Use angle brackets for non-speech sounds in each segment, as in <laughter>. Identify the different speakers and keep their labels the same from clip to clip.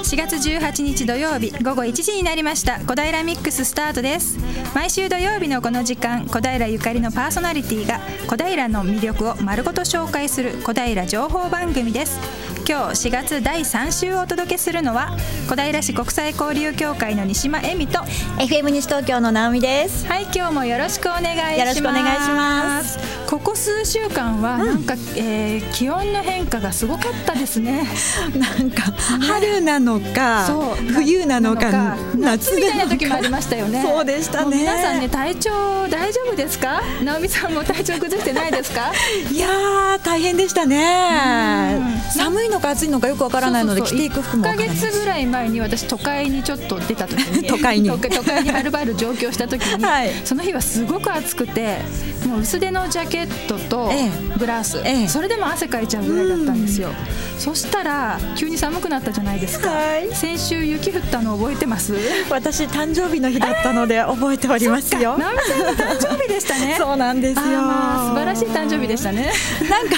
Speaker 1: 18日土曜日午後1時になりました小平ミックススタートです毎週土曜日のこの時間小平ゆかりのパーソナリティが小平の魅力を丸ごと紹介する小平情報番組です今日4月第3週をお届けするのは小平市国際交流協会の西間恵美と
Speaker 2: FM 西東京の直美です。 <laughs>
Speaker 1: はい今日もよろしくお願いします
Speaker 2: よろしくお願いします
Speaker 1: ここ数週間はなんか、えー気温の変化がすごかったですね
Speaker 2: なんか春なのか、
Speaker 1: そう
Speaker 2: 冬なのか、夏
Speaker 1: 夏みたい
Speaker 2: な
Speaker 1: な
Speaker 2: の
Speaker 1: 時も
Speaker 2: か
Speaker 1: あ。りましたよね
Speaker 2: そうでしたね
Speaker 1: もう皆さんね体調大丈夫ですか直美さんも体調崩してないですか
Speaker 2: いやー大変でしたね。寒いのか暑いのかよくわからないので
Speaker 1: そうそう
Speaker 2: 着ていく服もわ
Speaker 1: 1
Speaker 2: からない。
Speaker 1: ヶ月ぐらい前に私都会にちょっと出た時に
Speaker 2: <laughs> 都会に
Speaker 1: 都都会にアルバイト上京した時に、
Speaker 2: はい
Speaker 1: その日はすごく暑くてもう薄手のジャケットと
Speaker 2: え
Speaker 1: ブラウス、
Speaker 2: ええ
Speaker 1: それでも汗かいちゃうぐらいだったんですよ、そしたら急に寒くなったじゃないですか、
Speaker 2: はい
Speaker 1: 先週雪降ったの覚えてます
Speaker 2: 私誕生日の日だったので覚えておりますよ。
Speaker 1: 直美さんの誕生日でしたね
Speaker 2: そうなんですよ。
Speaker 1: あーまあ素晴らしい誕生日でしたね。
Speaker 2: なんか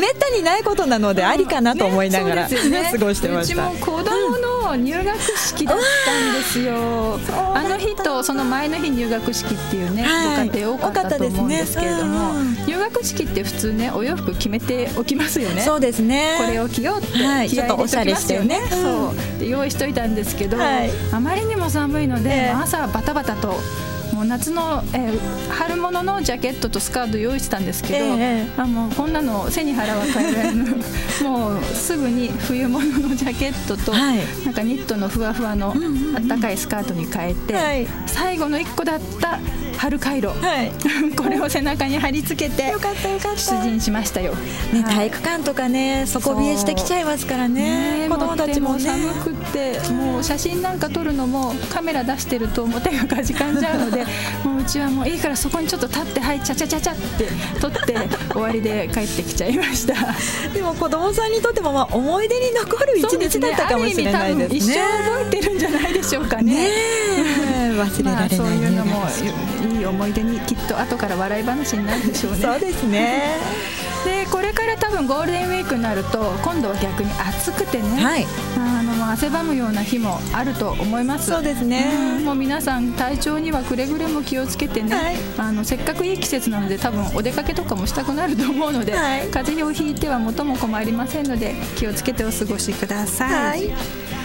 Speaker 2: めったにないことなのでありかなと思いながら、
Speaker 1: ねそうですよね
Speaker 2: 過ごしてました。
Speaker 1: うちも子供の入学式だったんですよ。あの日とその前の日入学式っていうね、
Speaker 2: はい
Speaker 1: ご家庭多かったと思うんですけれども、
Speaker 2: 多かったです
Speaker 1: 入学式って普通ねお洋服決めておきますよね。
Speaker 2: そうですね。
Speaker 1: これを着ようって、
Speaker 2: はい
Speaker 1: 気合い入れきますよね
Speaker 2: ちょっとおしゃれしてね
Speaker 1: そ
Speaker 2: う
Speaker 1: うで用意しといたんですけど、
Speaker 2: はい
Speaker 1: あまりにも寒いので、
Speaker 2: ええ
Speaker 1: 朝バタバタともう夏の、えー春物のジャケットとスカート用意してたんですけど、
Speaker 2: ええ
Speaker 1: あもうこんなの背に腹は変えら
Speaker 2: <laughs>
Speaker 1: れぬもうすぐに冬物のジャケットと、
Speaker 2: はい
Speaker 1: なんかニットのふわふわのあったかいスカートに変えて、
Speaker 2: はい
Speaker 1: 最後の1個だった春カイロ、
Speaker 2: はい。
Speaker 1: これを背中に貼り付けて
Speaker 2: よかったよかった
Speaker 1: 出陣しましたよ。
Speaker 2: ね、
Speaker 1: はい
Speaker 2: 体育館とかね底冷えしてきちゃいますからね
Speaker 1: ね
Speaker 2: 子供たちもね
Speaker 1: う寒くてもう写真なんか撮るのもカメラ出してるともう手がかじかんじゃうの
Speaker 2: <laughs>
Speaker 1: でもううちはもういいからそこにちょっと立ってはいちゃちゃちゃちゃって撮って終わりで帰ってきちゃいました
Speaker 2: でも子供さんにとってもまあ思い出に残る <laughs> 一日だったかもしれない
Speaker 1: そう
Speaker 2: ですね
Speaker 1: ですねある意味多分一生覚えてるんじゃないでしょうかね
Speaker 2: ねえ忘れ
Speaker 1: ま
Speaker 2: ら
Speaker 1: あ
Speaker 2: れ
Speaker 1: そう
Speaker 2: ない
Speaker 1: いう
Speaker 2: ね
Speaker 1: のもいい思い出にきっと後から笑い話になるでしょうね
Speaker 2: そうですね
Speaker 1: でこれから多分ゴールデンウィークになると今度は逆に暑くてね、
Speaker 2: はい
Speaker 1: あのもう汗ばむような日もあると思います
Speaker 2: そうですね
Speaker 1: うんもう皆さん体調にはくれぐれも気をつけてね、
Speaker 2: はい
Speaker 1: あのせっかくいい季節なので多分お出かけとかもしたくなると思うので、
Speaker 2: はい
Speaker 1: 風邪をひいては元も子もありませんので気をつけてお過ごしください。
Speaker 2: はい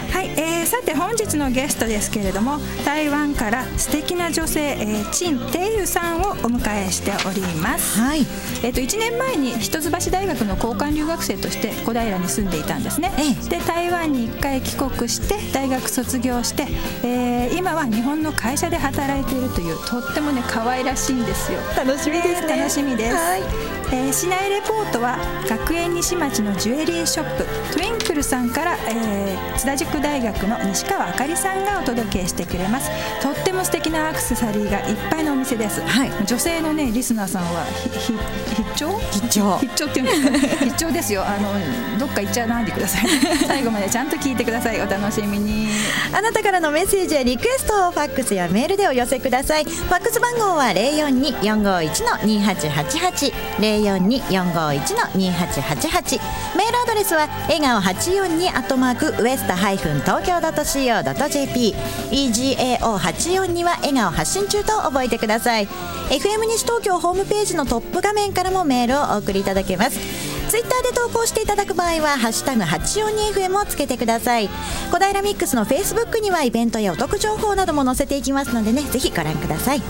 Speaker 1: はいえーさて本日のゲストですけれども台湾から素敵な女性、えー、陳テイユさんをお迎えしております。
Speaker 2: はい
Speaker 1: えっと1年前に一橋大学の交換留学生として小平に住んでいたんですね、
Speaker 2: ええ
Speaker 1: で台湾に1回帰国して大学卒業して、えー今は日本の会社で働いているというとってもね可愛らしいんですよ
Speaker 2: 楽しみですね
Speaker 1: 楽しみです、
Speaker 2: はい
Speaker 1: えー市内レポートは学園西町のジュエリーショップトゥインクルさんから、えー津田塾大学の西川あかりさんがお届けしてくれますとっても素敵なアクセサリーがいっぱいのお店です、
Speaker 2: はい
Speaker 1: 女性のねリスナーさんはひひ必聴
Speaker 2: 必聴
Speaker 1: 必聴っていうんですか必聴ですよあのどっか行っちゃわないでください <laughs> 最後までちゃんと聞いてくださいお楽しみに
Speaker 2: あなたからのメッセージやリクエストをファックスやメールでお寄せください。ファックス番号は零四二四五一の二八八八零四二四五一の二八八八。メールアドレスは笑顔八四二アットマークウエストハイフン東京ドット CO ドット JP。E G A O 八四二は笑顔発信中と覚えてください。FM 西東京ホームページのトップ画面からもメールをお送りいただけます。ツイッターで投稿していただく場合は「ハッシュタグ #842FM」をつけてください小平ミックスのフェイスブックにはイベントやお得情報なども載せていきますのでねぜひご覧ください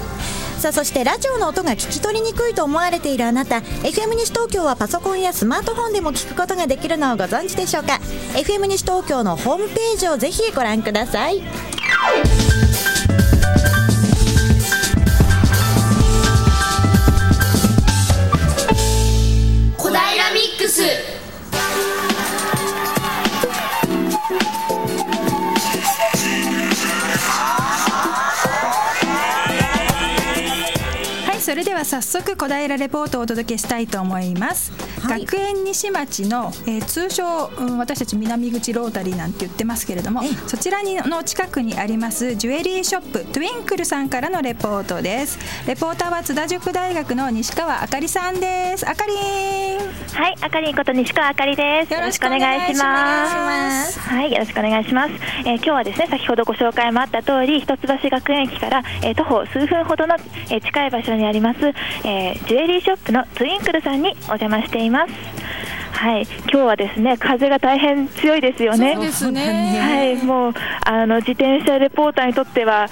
Speaker 2: さあそしてラジオの音が聞き取りにくいと思われているあなた FM 西東京はパソコンやスマートフォンでも聞くことができるのをご存知でしょうか FM 西東京のホームページをぜひご覧ください
Speaker 3: 小平ミックス
Speaker 1: はいそれではは早速小平レポートをお届けしたいと思います、
Speaker 2: はい
Speaker 1: 学園西町の、えー通称、うん私たち南口ロータリーなんて言ってますけれども
Speaker 2: ええ
Speaker 1: そちらにの近くにありますジュエリーショップトゥインクルさんからのレポートですレポーターは津田塾大学の西川あかりさんですあかりん
Speaker 3: はい、あかりんこと西川あかりです。
Speaker 1: よろしくお願いしま
Speaker 2: よろしくお願いします
Speaker 1: す
Speaker 3: はい、よろしくお願いします。えー今日はですね、先ほどご紹介もあった通り、一橋学園駅から、えー徒歩数分ほどの、えー近い場所にあります、えージュエリーショップのトゥインクルさんにお邪魔しています。はい、今日はですね、風が大変強いですよね。
Speaker 1: す
Speaker 3: はい、もうあの自転車レポーターにとっては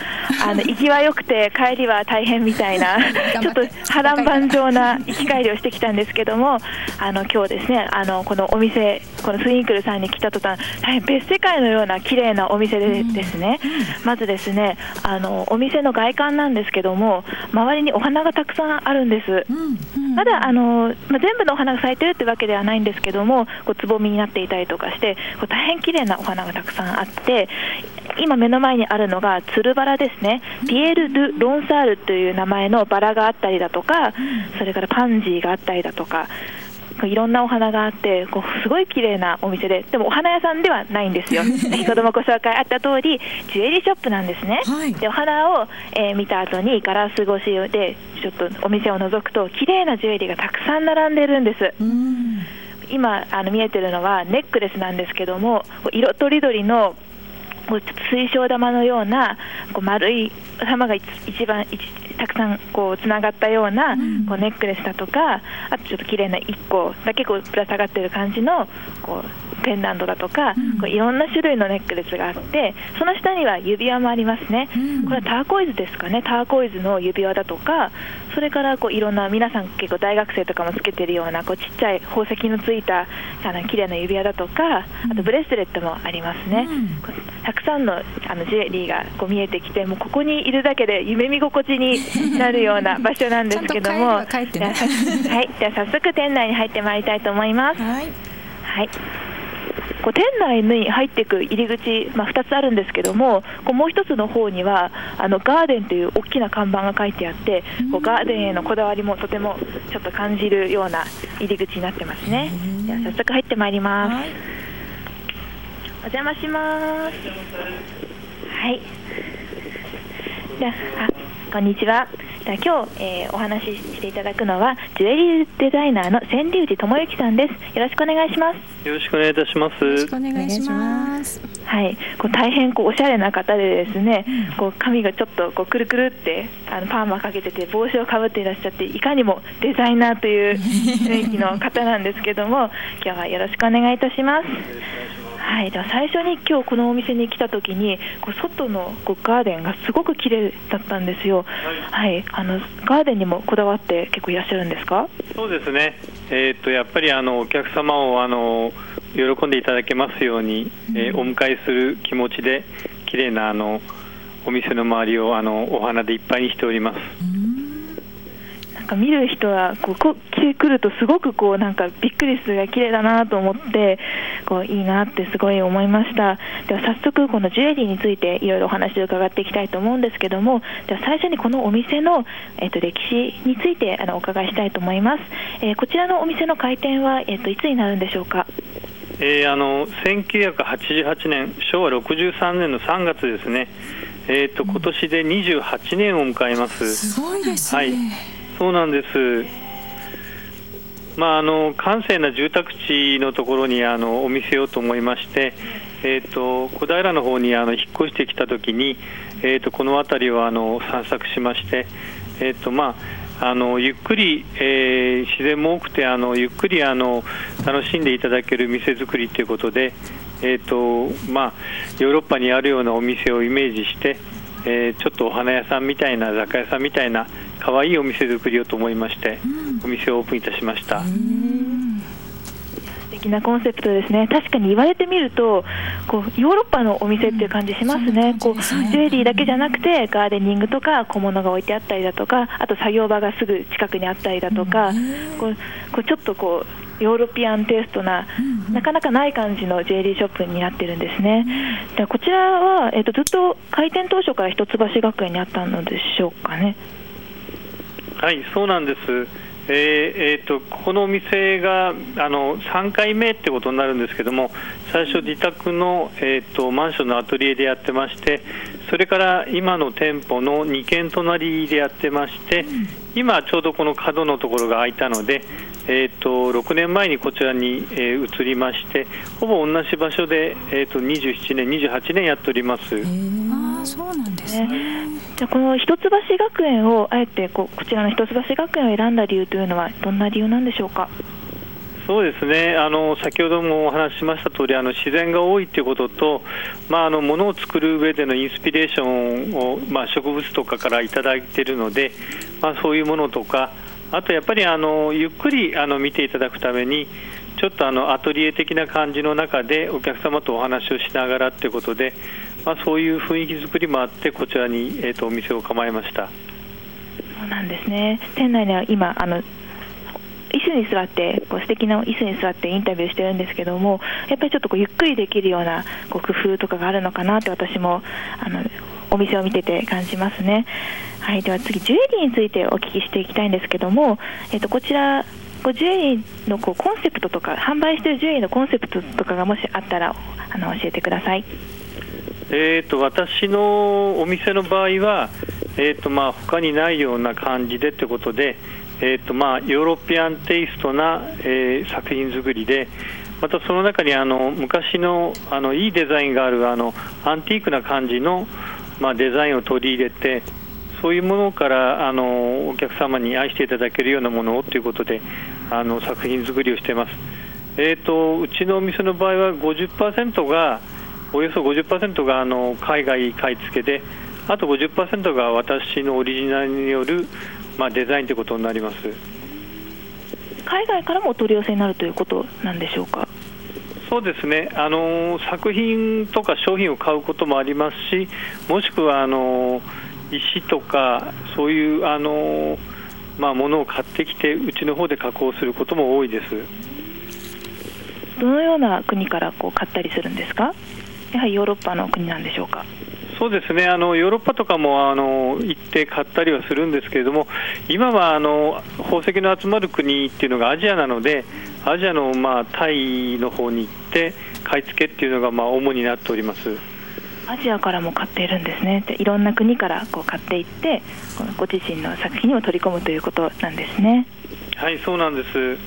Speaker 3: あ
Speaker 1: <laughs>
Speaker 3: の行きは良くて帰りは大変みたいな
Speaker 1: 張って
Speaker 3: ちょっと波乱万丈な行き帰りをしてきたんですけどもあの今日ですねあのこのお店このスインクルさんに来た途端大変別世界のような綺麗なお店でですね、まずですねあのお店の外観なんですけども周りにお花がたくさんあるんです。まだあの、まあ、全部のお花が咲いてるってわけではないんですけどもこうつぼみになっていたりとかしてこう大変綺麗なお花がたくさんあって今目の前にあるのがつるバラですねピエール・ドゥ・ロンサールという名前のバラがあったりだとかそれからパンジーがあったりだとかこういろんなお花があってこうすごい綺麗なお店ででもお花屋さんではないんですよ先ほどもご紹介あった通りジュエリーショップなんですね、
Speaker 2: はい
Speaker 3: でお花を、えー見た後にガラス越しでちょっとお店を覗くと綺麗なジュエリーがたくさん並んでるんです
Speaker 2: うん
Speaker 3: 今あの見えてるのはネックレスなんですけどもこう色とりどりのこうちょっと水晶玉のようなこう丸い玉が一一番一たくさんこうつながったようなこうネックレスだとかあとちょっと綺麗な1個だけこうぶら下がってる感じのこうペンダントだとか、こういろんな種類のネックレスがあってその下には指輪もありますね、これはターコイズですかねターコイズの指輪だとかそれからこういろんな皆さん結構大学生とかもつけてるようなこうちっちゃい宝石のついたあの綺麗な指輪だとかあとブレスレットもありますね、こうたくさんのあのジュエリーがこう見えてきてもうここにいるだけで夢見心地になるような場所なんですけども
Speaker 1: <laughs> ちゃんと帰るは帰っ
Speaker 3: <laughs> はい、じゃあ早速店内に入ってまいりたいと思います。
Speaker 2: はい
Speaker 3: はい。こう店内に入っていく入り口、まあ、2つあるんですけどもこうもう1つの方にはあのガーデンという大きな看板が書いてあってこうガーデンへのこだわりもとてもちょっと感じるような入り口になってますねでは早速入ってまいります、
Speaker 2: はい
Speaker 3: お邪魔しますはいじゃああこんにちはじゃあ今日、えーお話ししていただくのはジュエリーデザイナーの千里内智之さんですよろしくお願いします
Speaker 4: よろしくお願いいたします。
Speaker 1: よろしくお願いします
Speaker 3: はい、こう大変こうおしゃれな方でですね、こう髪がちょっとこうくるくるってあのパーマかけてて帽子をかぶっていらっしゃっていかにもデザイナーという雰囲気の方なんですけども今日はよろしくお願いいたします。はい、では最初に今日このお店に来た時にこう外のこうガーデンがすごく綺麗だったんですよ。はい、あのガーデンにもこだわって結構いらっしゃるんですか？
Speaker 4: そうですね。えっ、とやっぱりあのお客様をあの喜んでいただけますように、えーお迎えする気持ちで綺麗なあのお店の周りをあのお花でいっぱいにしております。
Speaker 3: なんか見る人はこうこ来てくるとすごくこうなんかびっくりするが綺麗だなと思ってこういいなってすごい思いましたでは早速このジュエリーについていろいろお話を伺っていきたいと思うんですけどもでは最初にこのお店の、えっと歴史についてあのお伺いしたいと思います、えーこちらのお店の開店は、えっといつになるんでしょうか
Speaker 4: えーあの1988年昭和63年の3月ですね。えっ、と今年で28年を迎えます。
Speaker 1: すごいです
Speaker 4: はい、そうなんです。まああの閑静な住宅地のところにあのお店をと思いまして、えっ、と小平の方にあの引っ越してきた時に、えっ、とこの辺りをあの散策しまして、えっ、とまああのゆっくり、えー自然も多くてあのゆっくりあの楽しんでいただける店作りということで、えっ、とまあヨーロッパにあるようなお店をイメージして。えーちょっとお花屋さんみたいな雑貨屋さんみたいな可愛いお店作りをと思いまして、お店をオープンいたしました、
Speaker 3: 素敵なコンセプトですね確かに言われてみるとこうヨーロッパのお店っていう感じしますね,、こうジュエリーだけじゃなくてガーデニングとか小物が置いてあったりだとかあと作業場がすぐ近くにあったりだとか、こうこうちょっとこうヨーロピアンテイストな、なかなかない感じのジュエリーショップになってるんですね、でこちらは、えっとずっと開店当初から一橋学園にあったのでしょうかね
Speaker 4: はい、そうなんです。えーえーとここのお店があの3回目ってことになるんですけども最初、自宅の、えー、とマンションのアトリエでやってましてそれから今の店舗の2軒隣でやってまして今、ちょうどこの角のところが空いたので、えー、と6年前にこちらに、えー移りましてほぼ同じ場所で、えー、と27年、28年やっております。
Speaker 1: ああそうなんですね。
Speaker 3: じゃあこの一橋学園をあえてこうこちらの一橋学園を選んだ理由というのはどんな理由なんでしょうか。
Speaker 4: そうですねあの先ほどもお話ししました通りあり自然が多いということと、まあ、あの物を作る上でのインスピレーションを、まあ、植物とかからいただいているので、まあ、そういうものとかあとやっぱりあのゆっくりあの見ていただくためにちょっとあのアトリエ的な感じの中でお客様とお話をしながらということで、まあ、そういう雰囲気作りもあってこちらに、えー、とお店を構えました。
Speaker 3: そうなんですね。店内には今あの椅子に座ってこう素敵な椅子に座ってインタビューしてるんですけどもやっぱりちょっとこうゆっくりできるようなこう工夫とかがあるのかなって私もあのお店を見てて感じますね。はい、では次ジュエリーについてお聞きしていきたいんですけども、えっとこちらこうジュエリーのこうコンセプトとか販売しているジュエリーのコンセプトとかがもしあったらあの教えてください。
Speaker 4: えー、と私のお店の場合は、えーとまあ、他にないような感じでということで、えーとまあ、ヨーロピアンテイストな、えー作品作りでまたその中にあの昔のあのいいデザインがあるあのアンティークな感じの、まあ、デザインを取り入れてそういうものからあのお客様に愛していただけるようなものをということであの作品作りをしています。えー、とうちのお店の場合は50%がおよそ50%があの海外買い付けであと50%が私のオリジナルによる、まあ、デザインということになります
Speaker 3: 海外からもお取り寄せになるということなんでしょうか。
Speaker 4: そうですねあの作品とか商品を買うこともありますしもしくはあの石とかそういうあの、まあ、ものを買ってきてうちの方で加工することも多いです。
Speaker 3: どのような国からこう買ったりするんですか。やはりヨーロッパの国なんでしょうか。
Speaker 4: そうですねあのヨーロッパとかもあの行って買ったりはするんですけれども今はあの宝石の集まる国っていうのがアジアなのでアジアの、まあ、タイの方に行って買い付けっていうのが、まあ、主になっております。
Speaker 3: アジアからも買っているんですね。でいろんな国からこう買っていって、このご自身の作品にも取り込むということなんですね。
Speaker 4: はい、そうなんです。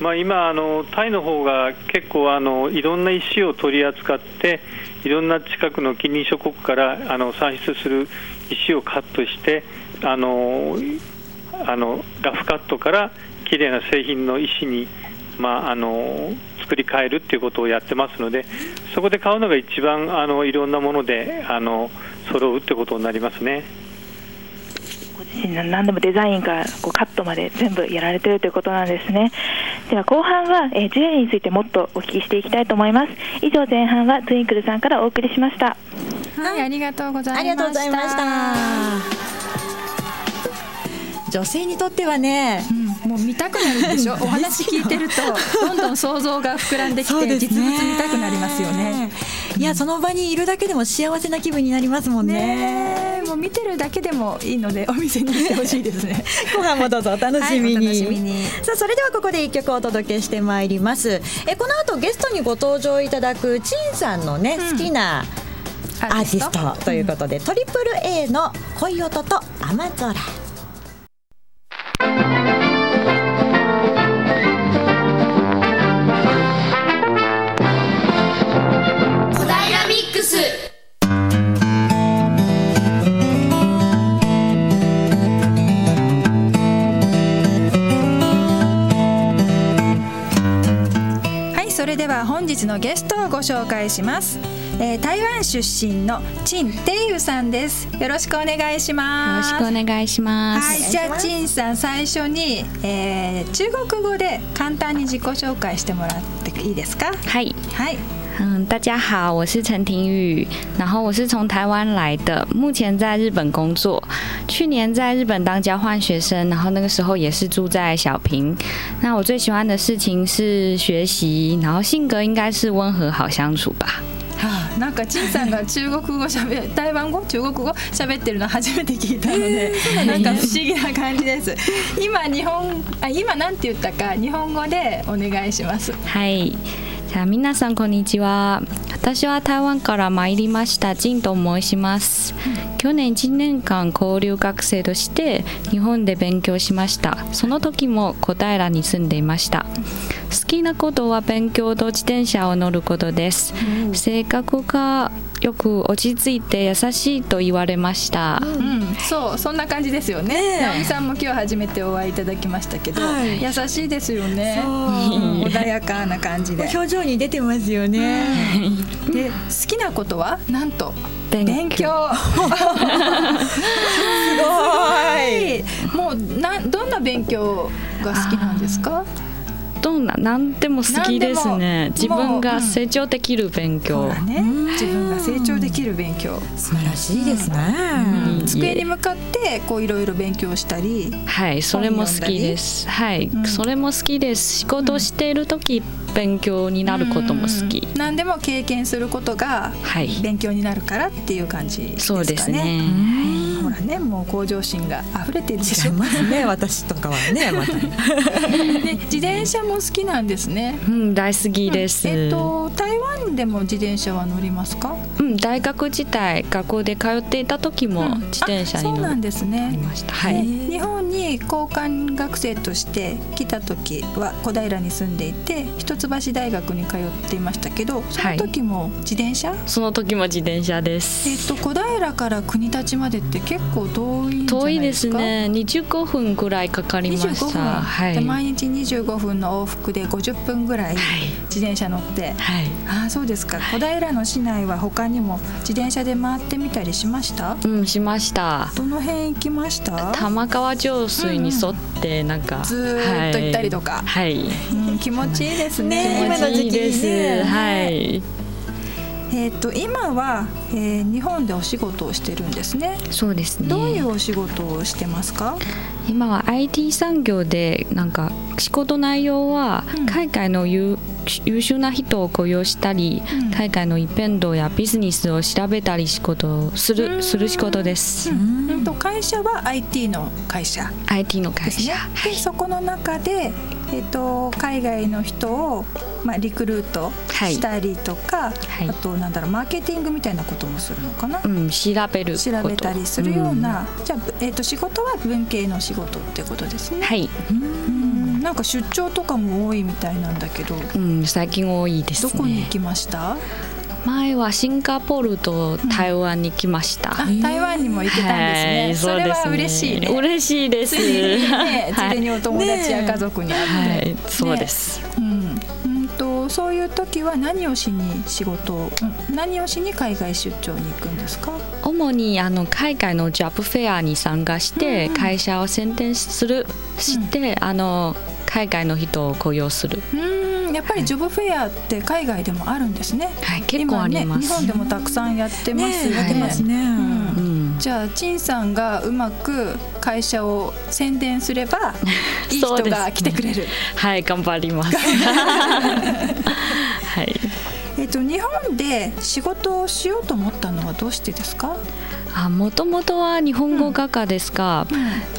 Speaker 4: まあ、今あの、タイの方が結構あのいろんな石を取り扱って、いろんな近くの近隣諸国からあの産出する石をカットして、あのあのラフカットから綺麗な製品の石に、まあ、あの作り変えるっていうことをやってますので、そこで買うのが一番あのいろんなものであの揃うってことになりますね。
Speaker 3: ご自身の何でもデザインからこうカットまで全部やられているということなんですね。では後半は、えージュエリーについてもっとお聞きしていきたいと思います。以上前半はツインクルさんからお送りしました。
Speaker 1: はい、ありがとうございま
Speaker 2: あ
Speaker 1: した。
Speaker 2: りがとうございました。女性にとってはね、
Speaker 1: うんもう見たくなるでしょお話聞いてるとどんどん想像が膨らんできて、実物見たくなりますよね。。
Speaker 2: いや、その場にいるだけでも幸せな気分になりますもんね。
Speaker 1: ねえもう見てるだけでもいいのでお店に来てほしいですね
Speaker 2: 後半もどうぞお楽しみに。
Speaker 1: はいお楽しみに
Speaker 2: さあ、それではここで一曲お届けしてまいります。え、この後ゲストにご登場いただく陳さんのね、
Speaker 1: うん
Speaker 2: 好きなアーティストということで、トリプル A の恋音と雨空。
Speaker 5: 小平ミックス
Speaker 1: はいそれでは本日のゲストをご紹介します、えー、台湾出身の陳テイウさんですよろしくお願いし
Speaker 6: よろ
Speaker 1: ます
Speaker 6: しくお願いしま
Speaker 1: はい
Speaker 6: す。
Speaker 1: じゃあ陳さん最初に、えー、中国語で簡単に自己紹介してもらっていいですか
Speaker 6: 嗨，
Speaker 1: はい
Speaker 6: 嗯，大家好，我是陈庭宇，然后我是从台湾来的，目前在日本工作。去年在日本当交换学生，然后那个时候也是住在小平。那我最喜欢的事情是学习，然后性格应该是温和好相处吧。
Speaker 1: はあなんか陳さんが中国語しゃべ台湾語中国語喋ってるの初めて聞いたので、なんか不思議な感じです今日本あ今なんて言ったか日本語でお願いします
Speaker 6: はい。じゃあ皆さんこんにちは。私は台湾から参りましたジンと申します。去年1年間交流学生として日本で勉強しました。その時も小平に住んでいました。好きなことは勉強と自転車を乗ることです。性格がよく落ち着いて優しいと言われました。
Speaker 1: うん、そうそんな感じですよね。直美さんも今日初めてお会いいただきましたけど、
Speaker 2: はい
Speaker 1: 優しいですよね。
Speaker 2: そう
Speaker 1: うん穏やかな感じで。
Speaker 2: 表情に出てますよね。
Speaker 1: で好きなことはなんと
Speaker 6: 勉
Speaker 1: 勉
Speaker 6: 強
Speaker 1: 強。
Speaker 2: すごい。
Speaker 1: もうなどんな勉強が好きなんですか？
Speaker 6: どんな何でも好きですね
Speaker 1: 何でも。
Speaker 6: 自分が成長できる勉強。
Speaker 1: ね、自分が成長できる勉強。
Speaker 2: 素晴らしいですね。
Speaker 6: うん
Speaker 1: 机に向かってこういろいろ勉強したり。
Speaker 6: はい、それも好きです。はい、
Speaker 1: ん
Speaker 6: それも好きです。仕事している時、勉強になることも好き
Speaker 1: うん。何でも経験することが
Speaker 6: はい
Speaker 1: 勉強になるからっていう感じですかね。
Speaker 6: そうですね。
Speaker 1: ほらね、もう向上心が溢れてるでし
Speaker 2: 違い
Speaker 1: ょ。
Speaker 2: ますね、私とかはね、また。
Speaker 1: で <laughs> 自転車も好きなんですね。
Speaker 6: うん、大好きです。
Speaker 1: えっと台湾でも自転車は乗りますか？
Speaker 6: うん、大学時代、学校で通っていた時も
Speaker 1: うん
Speaker 6: 自転車
Speaker 1: あ
Speaker 6: に
Speaker 1: そう
Speaker 6: 乗
Speaker 1: な
Speaker 6: り
Speaker 1: んですね。
Speaker 6: ました。は
Speaker 1: ね
Speaker 6: い。
Speaker 1: 日本に交換学生として来た時は小平に住んでいて一橋大学に通っていましたけどその時も自転車、
Speaker 6: その時も自転車で
Speaker 1: えっ
Speaker 6: す。
Speaker 1: と小平から国立までって結構遠いんじゃ
Speaker 6: 遠
Speaker 1: ない
Speaker 6: い
Speaker 1: で
Speaker 6: ですす
Speaker 1: か
Speaker 6: ね。25分くらいかかりま
Speaker 1: 25
Speaker 6: し
Speaker 1: 分、
Speaker 6: た。はい。
Speaker 1: で
Speaker 6: はい。
Speaker 1: 毎日25分の往復で50分ぐらい自転車乗って、ああそうですか小平の市内は他にも自転車で回ってみたりしました
Speaker 6: うん、しました。
Speaker 1: どの辺行きました
Speaker 6: 玉川上水に沿ってなんか、
Speaker 1: ずーっと行ったりとか
Speaker 6: はい、はい
Speaker 1: うん、気持ちいいですね
Speaker 2: ね今の時期
Speaker 6: いいです、
Speaker 2: ね
Speaker 6: はい
Speaker 1: えっ、と今は、えー日本でお仕事をしてるんですね。
Speaker 6: そうですね
Speaker 1: どういうお仕事をしてますか？
Speaker 6: 今は IT 産業でなんか仕事内容は
Speaker 1: うん
Speaker 6: 海外の優,、優秀な人を雇用したり、
Speaker 1: うん
Speaker 6: 海外のイベントやビジネスを調べたり仕事をす
Speaker 1: うん
Speaker 6: るする仕事です、
Speaker 1: うん、うんと会社は IT の会社
Speaker 6: IT の
Speaker 1: で
Speaker 6: 会
Speaker 1: すね
Speaker 6: 社。
Speaker 1: でそこの中でえっ、と海外の人をまあリクルート
Speaker 6: はい
Speaker 1: したりとか、
Speaker 6: はい
Speaker 1: あとなんだろうマーケティングみたいなこともするのかな？
Speaker 6: うん、調べること
Speaker 1: 調べたりするよう、な、じゃあ、えっと仕事は文系の仕事ってことです
Speaker 6: うん
Speaker 1: ね、
Speaker 6: はい、
Speaker 1: うんなんか出張とかも多いみたいなんだけど
Speaker 6: うん、最近多いです
Speaker 1: ど
Speaker 6: ね
Speaker 1: こに行きました？
Speaker 6: 前はシンガポールと台湾に来ました、
Speaker 1: あ、台湾にも行けたんですね。
Speaker 6: はい
Speaker 1: それは嬉しい <laughs> ね。
Speaker 6: 嬉しいで
Speaker 1: つ
Speaker 6: す。
Speaker 1: いにね、
Speaker 6: は
Speaker 1: 連れ
Speaker 6: い、
Speaker 1: にお友達や
Speaker 2: ね
Speaker 1: 家族に会って、
Speaker 6: はい、そうです。
Speaker 1: うん、うんとそういう時は何をしに仕事を、うん何をしに海外出張に行くんですか？
Speaker 6: 主にあの海外のジャブフェアに参加して、
Speaker 1: うんうん
Speaker 6: 会社を宣伝するして、あの海外の人を雇用する。
Speaker 1: うん、やっぱりジョブフェアって海外でもあるんですね。
Speaker 6: はい、結構ありま
Speaker 1: 今ね、
Speaker 6: す。
Speaker 1: 日本でもたくさんやってますよね。
Speaker 6: やってます
Speaker 2: ね。
Speaker 1: うん
Speaker 6: うん、
Speaker 1: じゃあ陳さんがうまく会社を宣伝すれ <laughs> ばいい人
Speaker 6: そうです
Speaker 1: が来てくれる。
Speaker 6: はい、頑張
Speaker 1: <laughs>
Speaker 6: ります。はい。
Speaker 1: えっと日本で仕事をしようと思ったのはどうしてですか？
Speaker 6: あ、もともとは日本語画家ですが、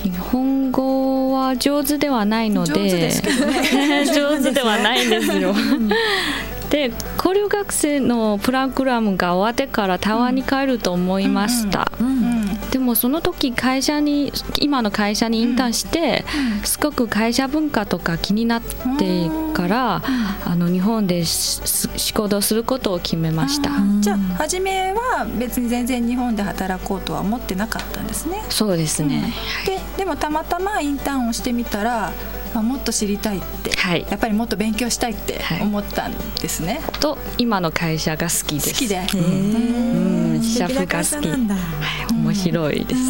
Speaker 6: 日本語は上手ではないので
Speaker 1: 上手ですけど
Speaker 6: <laughs> 上手ではないんですよ。で交流学生のプログラムが終わってから台湾に帰ると思いました、
Speaker 1: うん
Speaker 6: でもその時会社に今の会社にインターンして、すごく会社文化とか気になってから、あの日本でしし仕事することを決めました、
Speaker 1: じゃあ初めは別に全然日本で働こうとは思ってなかったんですね。
Speaker 6: そうですね、
Speaker 1: ででもたまたまインターンをしてみたら、まあ、もっと知りたいって、
Speaker 6: はい
Speaker 1: やっぱりもっと勉強したいって
Speaker 6: はい
Speaker 1: 思ったんですね。
Speaker 6: と今の会社が好きです
Speaker 1: 好きで。
Speaker 6: うんシャフが
Speaker 2: 素
Speaker 6: 好
Speaker 2: 敵な会
Speaker 6: き
Speaker 2: 社なんだ
Speaker 6: はい面白いです、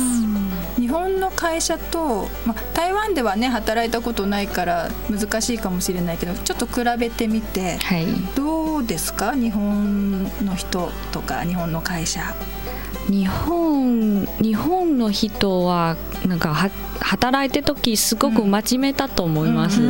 Speaker 1: 日本の会社と、まあ、台湾ではね働いたことないから難しいかもしれないけどちょっと比べてみて
Speaker 6: はい
Speaker 1: どうですか日本の人とか日本の会社。
Speaker 6: 日本日本の人はなんかは働いてる時すごく真面目だと思います、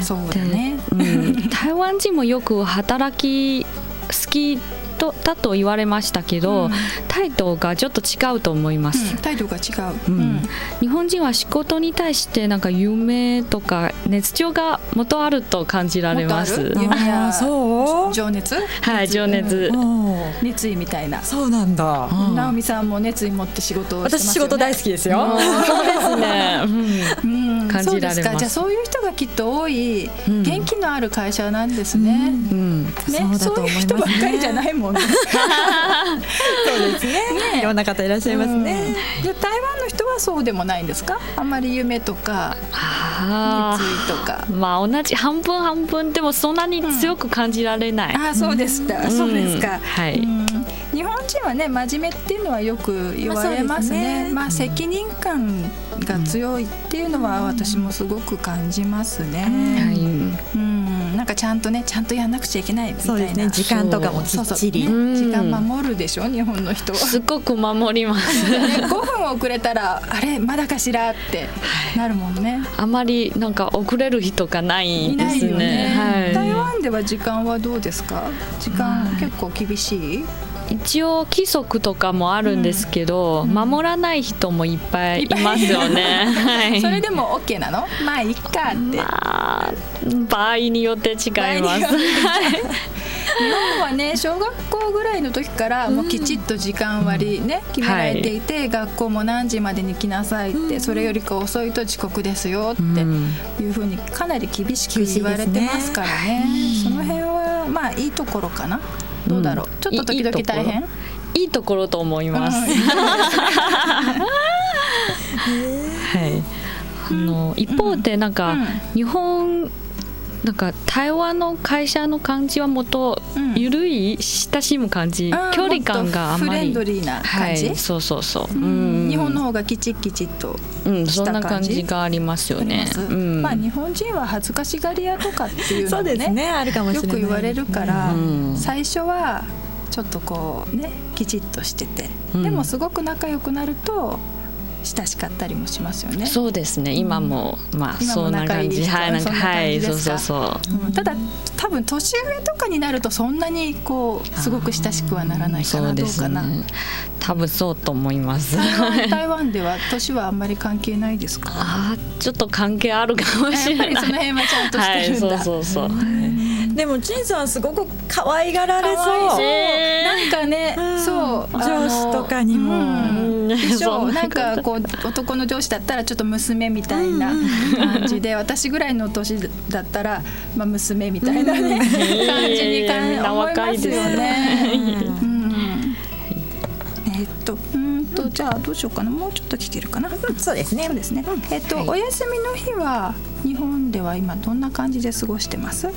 Speaker 1: そうだ
Speaker 6: で
Speaker 1: ね。
Speaker 6: うん台湾人もよく働き好きとだと言われましたけど、
Speaker 1: うん
Speaker 6: 態度がちょっと違うと思います、
Speaker 1: 態度が違う、
Speaker 6: うん日本人は仕事に対してなんか夢とか熱情が元あると感じられます
Speaker 1: もっとある夢や
Speaker 2: あーそう
Speaker 1: 情熱
Speaker 6: はい情熱、
Speaker 2: お
Speaker 1: 熱意みたいな
Speaker 2: そうなんだ、
Speaker 1: 直美さんも熱意持って仕事をしてますよ、ね、
Speaker 2: 私仕事大好きですよ、
Speaker 6: そうですね、うん
Speaker 1: うん
Speaker 6: 感じられます
Speaker 1: そうですかじゃあそういう人がきっと多い、
Speaker 6: ん
Speaker 1: 元気のある会社なんですね、
Speaker 6: うん
Speaker 1: ね
Speaker 2: そうだと
Speaker 1: そう
Speaker 2: 思い
Speaker 1: いう
Speaker 2: ますね
Speaker 1: 人ばっかりじゃないもん
Speaker 2: <laughs>
Speaker 1: ね
Speaker 2: そうですねいろんな方いらっしゃいますね、
Speaker 1: うんじゃあ台湾の人はそうでもないんですかあんまり夢とか
Speaker 6: あ
Speaker 1: 熱
Speaker 6: ー
Speaker 1: 意とか
Speaker 6: まあ同じ半分半分でもそんなに強く感じられない、
Speaker 1: ああそうですか、
Speaker 6: ん
Speaker 1: そうですか、
Speaker 6: はい
Speaker 1: うん日本人はね真面目っていうのはよく言われますね,、まあ責任感が強いっていうのは私もすごく感じます
Speaker 6: は
Speaker 1: ね、
Speaker 6: い
Speaker 1: うんなんかちゃんとねちゃんとやんなくちゃいけないみたいな
Speaker 2: そうですね時間とかもき
Speaker 1: そう
Speaker 2: っ
Speaker 1: そう
Speaker 2: ちり
Speaker 1: ね
Speaker 6: うん
Speaker 1: 時間守るでしょ日本の人は。
Speaker 6: すごく守ります。
Speaker 1: 5分遅れたらあれまだかしらってなるもんね。
Speaker 6: あまりなんか遅れる人がない
Speaker 1: い
Speaker 6: で
Speaker 1: ない
Speaker 6: す
Speaker 1: よね
Speaker 6: ね。
Speaker 1: 台
Speaker 6: は
Speaker 1: 湾では時間はどうですか？時間結構厳しい？
Speaker 6: い。一応規則とかもあるんですけど、守らない人もいっぱいいますよね。はい。
Speaker 1: それでも OK なの？まあいっかって。日
Speaker 6: まあ場合によって違います。
Speaker 1: 場合に <laughs> よって
Speaker 6: はい。
Speaker 1: 本はね小学校ぐらいの時からもうきちっと時間割りね決められていて、学校も何時までに来なさいって、それよりか遅いと遅刻ですよっていうふうにかなり厳しく言われてますからね。その辺はまあいいところかな。どうだろう、ちょっと時々大変
Speaker 6: いいところと思います。
Speaker 1: うん
Speaker 6: はい。あの一方でなんか、
Speaker 1: うん
Speaker 6: 日本なんか台湾の会社の感じはもっと
Speaker 1: うん
Speaker 6: ゆるい親しむ感じ、
Speaker 1: <laughs> あー
Speaker 6: 距離感があん
Speaker 1: もっとフ
Speaker 6: ま
Speaker 1: レン
Speaker 6: り
Speaker 1: ドリーな感じ、
Speaker 6: はい、そうそうそう、
Speaker 1: うん日本の方がきちっきちっと
Speaker 6: うん
Speaker 1: した
Speaker 6: そんな
Speaker 1: 感
Speaker 6: 感
Speaker 1: じ
Speaker 6: じがありますよ
Speaker 1: ありま
Speaker 6: ね。
Speaker 1: す、
Speaker 6: うん
Speaker 1: まあ日本人は恥ずかしがり屋とかっていう
Speaker 2: そ
Speaker 1: の
Speaker 2: う
Speaker 1: も
Speaker 2: ですねあるかもしれ
Speaker 1: よ
Speaker 2: ない
Speaker 1: く言われるから、
Speaker 6: うん
Speaker 1: 最初はちょっとこうねきちっとしてて、
Speaker 6: うん
Speaker 1: でもすごく仲良くなると親しかったりもしますよね。
Speaker 6: そうですね。今も、まあ
Speaker 1: 今も
Speaker 6: そんな
Speaker 1: 仲いい
Speaker 6: 感じ、
Speaker 1: 人
Speaker 6: はい、なん
Speaker 1: そ
Speaker 6: か
Speaker 1: んな感じ
Speaker 6: はい、
Speaker 1: で
Speaker 6: そう
Speaker 1: す
Speaker 6: そ
Speaker 1: か
Speaker 6: うそう。
Speaker 1: うんただ多分年上とかになるとそんなにこうすごく親しくはならないか
Speaker 6: そ
Speaker 1: な、
Speaker 6: う
Speaker 1: ど
Speaker 6: で
Speaker 1: うか
Speaker 6: す
Speaker 1: な。 <laughs>
Speaker 6: ね。多分そうと思います。
Speaker 1: 台湾台湾では年はあんまり関係ないですか。
Speaker 6: あーちょっと関係あるかもし
Speaker 1: や
Speaker 6: れ
Speaker 1: っぱりそ
Speaker 6: ない。
Speaker 1: の辺はちゃんとしてるんだ。
Speaker 6: はい、そうそうそう。
Speaker 2: でも陳さんすごく可愛がられ
Speaker 1: 可
Speaker 2: そう
Speaker 6: えー
Speaker 1: なんかね、
Speaker 2: うん
Speaker 1: そうあの
Speaker 2: 上司とかにも
Speaker 1: うん
Speaker 6: う
Speaker 1: で
Speaker 6: ん
Speaker 1: しょ
Speaker 6: そん
Speaker 1: なん
Speaker 6: なこと
Speaker 1: かこう男の上司だったらちょっと娘みたいな感じで、私ぐらいの年だったらまあ娘みたいなね、感じに
Speaker 6: みん
Speaker 1: 感
Speaker 6: な
Speaker 1: 思い
Speaker 6: 若
Speaker 1: ま
Speaker 6: い
Speaker 1: す
Speaker 6: です
Speaker 1: よ
Speaker 6: ね
Speaker 1: ね。うんえっと、うんとじゃあどうしようかなもうちょっと聞けるかな。
Speaker 2: そうですね
Speaker 1: そうですね。えっと、お休みの日は日本では今どんな感じで過ごしてます？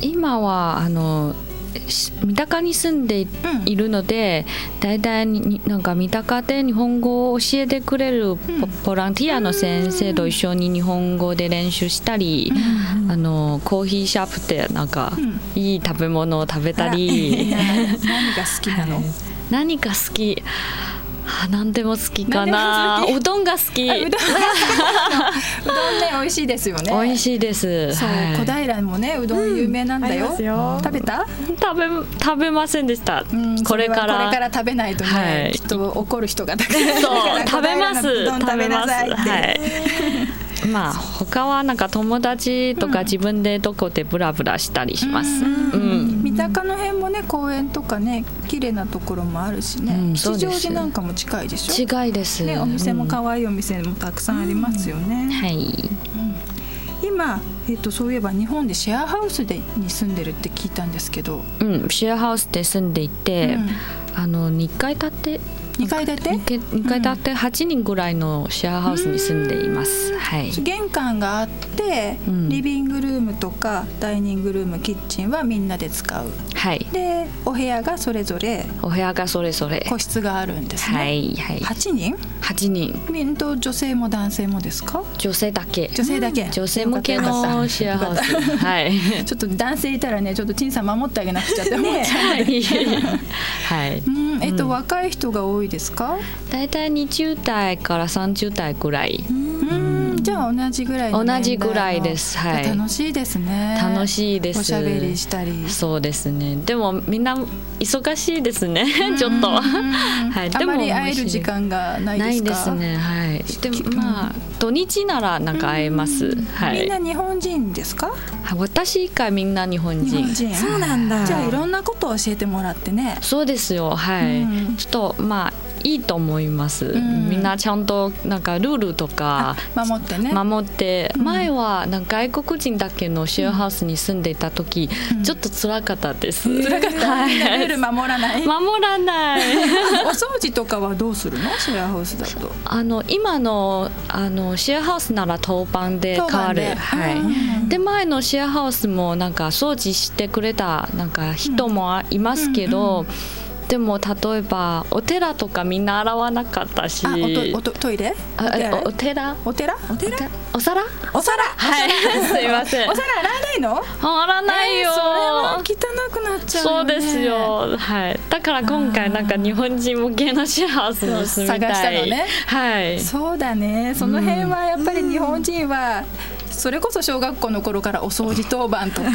Speaker 6: 今はあのし三鷹に住んでい
Speaker 1: ん
Speaker 6: いるので、大体になんか三鷹で日本語を教えてくれるボ,、ボランティアの先生と一緒に日本語で練習したり、あのコーヒーショップでなんか、
Speaker 1: ん
Speaker 6: いい食べ物を食べた
Speaker 1: い
Speaker 6: り
Speaker 1: や <laughs> 何が好きなの？
Speaker 6: 何か好きあ何でも好きかな
Speaker 1: 何でも好き
Speaker 6: うどんが好き
Speaker 1: あうどん
Speaker 6: 美
Speaker 1: が好きなのうどんね美味しいですよね。
Speaker 6: 味しいです
Speaker 1: そう、
Speaker 6: はい
Speaker 1: 小平もねうどん有名なんだよ。
Speaker 2: ありますよ
Speaker 1: 食べた？
Speaker 6: 食べ食べませんでした、
Speaker 1: うん
Speaker 6: これか
Speaker 1: そはこ
Speaker 6: ら
Speaker 1: れから食べないとね、
Speaker 6: はい
Speaker 1: きっと怒る人がたくさんいるか
Speaker 6: <laughs> そう
Speaker 1: ら
Speaker 6: 食べま
Speaker 1: 小
Speaker 6: す
Speaker 1: 平のうどん食べなさいって。
Speaker 6: 食べますはい <laughs> まあ他はなんか友達とか自分でどこでブラブラしたりします。うん、
Speaker 1: 三鷹の辺もね公園とかね綺麗なところもあるしね、
Speaker 6: うんそ
Speaker 1: 吉
Speaker 6: うで
Speaker 1: 祥
Speaker 6: す
Speaker 1: 寺なんかも近いでしょ
Speaker 6: 違いです。
Speaker 1: ね、お店も
Speaker 6: うん
Speaker 1: 可愛いお店もたくさんありますよね、
Speaker 6: はい。
Speaker 1: 今、えっとそういえば日本でシェアハウスでに住んでるって聞いたんですけど
Speaker 6: うん、シェアハウスで住んでいて、あの二階建て。
Speaker 1: 2階建て
Speaker 6: 二階二階建て八人ぐらいのシェアハウスに住んでいます。はい。
Speaker 1: 玄関があって、
Speaker 6: うん
Speaker 1: リビングルームとかダイニングルームキッチンはみんなで使う
Speaker 6: はい。
Speaker 1: でお部屋がそれぞれ
Speaker 6: お部屋がそれぞれ。
Speaker 1: 個室があるんですね、
Speaker 6: はいはい。
Speaker 1: 8人
Speaker 6: 八人。
Speaker 1: みんと女性も男性もですか
Speaker 6: 女性だけ。
Speaker 1: 女性だけ、
Speaker 6: 女性向け
Speaker 1: よかったよか
Speaker 6: の
Speaker 1: った
Speaker 6: シェアハウス。
Speaker 1: <laughs>
Speaker 6: はい。
Speaker 1: ちょっと男性いたらねちょっと陳さん守ってあげなくち
Speaker 6: <laughs>
Speaker 1: ゃって思っちゃう、
Speaker 6: はい。
Speaker 1: うんえっと、若い人が多いですか
Speaker 6: 大体20代から30代ぐらい
Speaker 1: うんじゃあ同じぐらいの
Speaker 6: 同
Speaker 1: 年代
Speaker 6: じ
Speaker 1: の
Speaker 6: ぐらいですはい
Speaker 1: 楽しいですね
Speaker 6: 楽しいです
Speaker 1: おしゃべりしたり
Speaker 6: そうですね。でもみんな忙しいですね。ちょっと、はい。
Speaker 1: あ
Speaker 6: でも
Speaker 1: まり会える時間がない
Speaker 6: な
Speaker 1: で
Speaker 6: い
Speaker 1: すか
Speaker 6: ですね。はい。でまあ土日ならなんか会えます。は
Speaker 1: みん
Speaker 6: い
Speaker 1: な。日本人ですか
Speaker 6: はい私以外みんな日本人。
Speaker 1: 日本人
Speaker 2: そうなんだ
Speaker 1: じゃあいろんなことを教えてもらってね
Speaker 6: そうですよ。はい。
Speaker 1: うん
Speaker 6: ちょっとまあいいと思います。
Speaker 1: ん
Speaker 6: みんなちゃんとなんかルールとか。
Speaker 1: 守ってね
Speaker 6: 守って前はなんか外国人だけのシェアハウスに住んでいた時、
Speaker 1: うん
Speaker 6: ちょっと辛かったです。
Speaker 1: 辛かった <laughs> みんなルール守らない
Speaker 6: <laughs>
Speaker 1: お
Speaker 6: 守らない。
Speaker 1: 掃除とかはどうするのシェアハウスだと
Speaker 6: <laughs> あの今のあのシェアハウスなら当番で変わ
Speaker 1: 当番
Speaker 6: る
Speaker 1: で
Speaker 6: はい、で前のシェアハウスもなんか掃除してくれたなんか人もあいますけど、でも例えばお寺とかみんな洗わなかったし
Speaker 1: あおとおとトイレ
Speaker 6: あ
Speaker 1: お手洗い
Speaker 6: おお寺
Speaker 1: お寺お
Speaker 6: お寺お皿
Speaker 1: 皿
Speaker 6: はい <laughs> すいません
Speaker 1: お皿洗わないの
Speaker 6: あ洗わないよ、
Speaker 1: えーそれは汚くなっちゃう
Speaker 6: そ
Speaker 1: よ
Speaker 6: う
Speaker 1: ね
Speaker 6: ですよ、はい、だから今回なんか日本人もゲのシェアハウスに住みたい
Speaker 1: 探したのね
Speaker 6: はい
Speaker 1: そうだねその辺はやっぱり日本人はそれこそ小学校の頃からお掃除当番
Speaker 2: <laughs>
Speaker 1: とか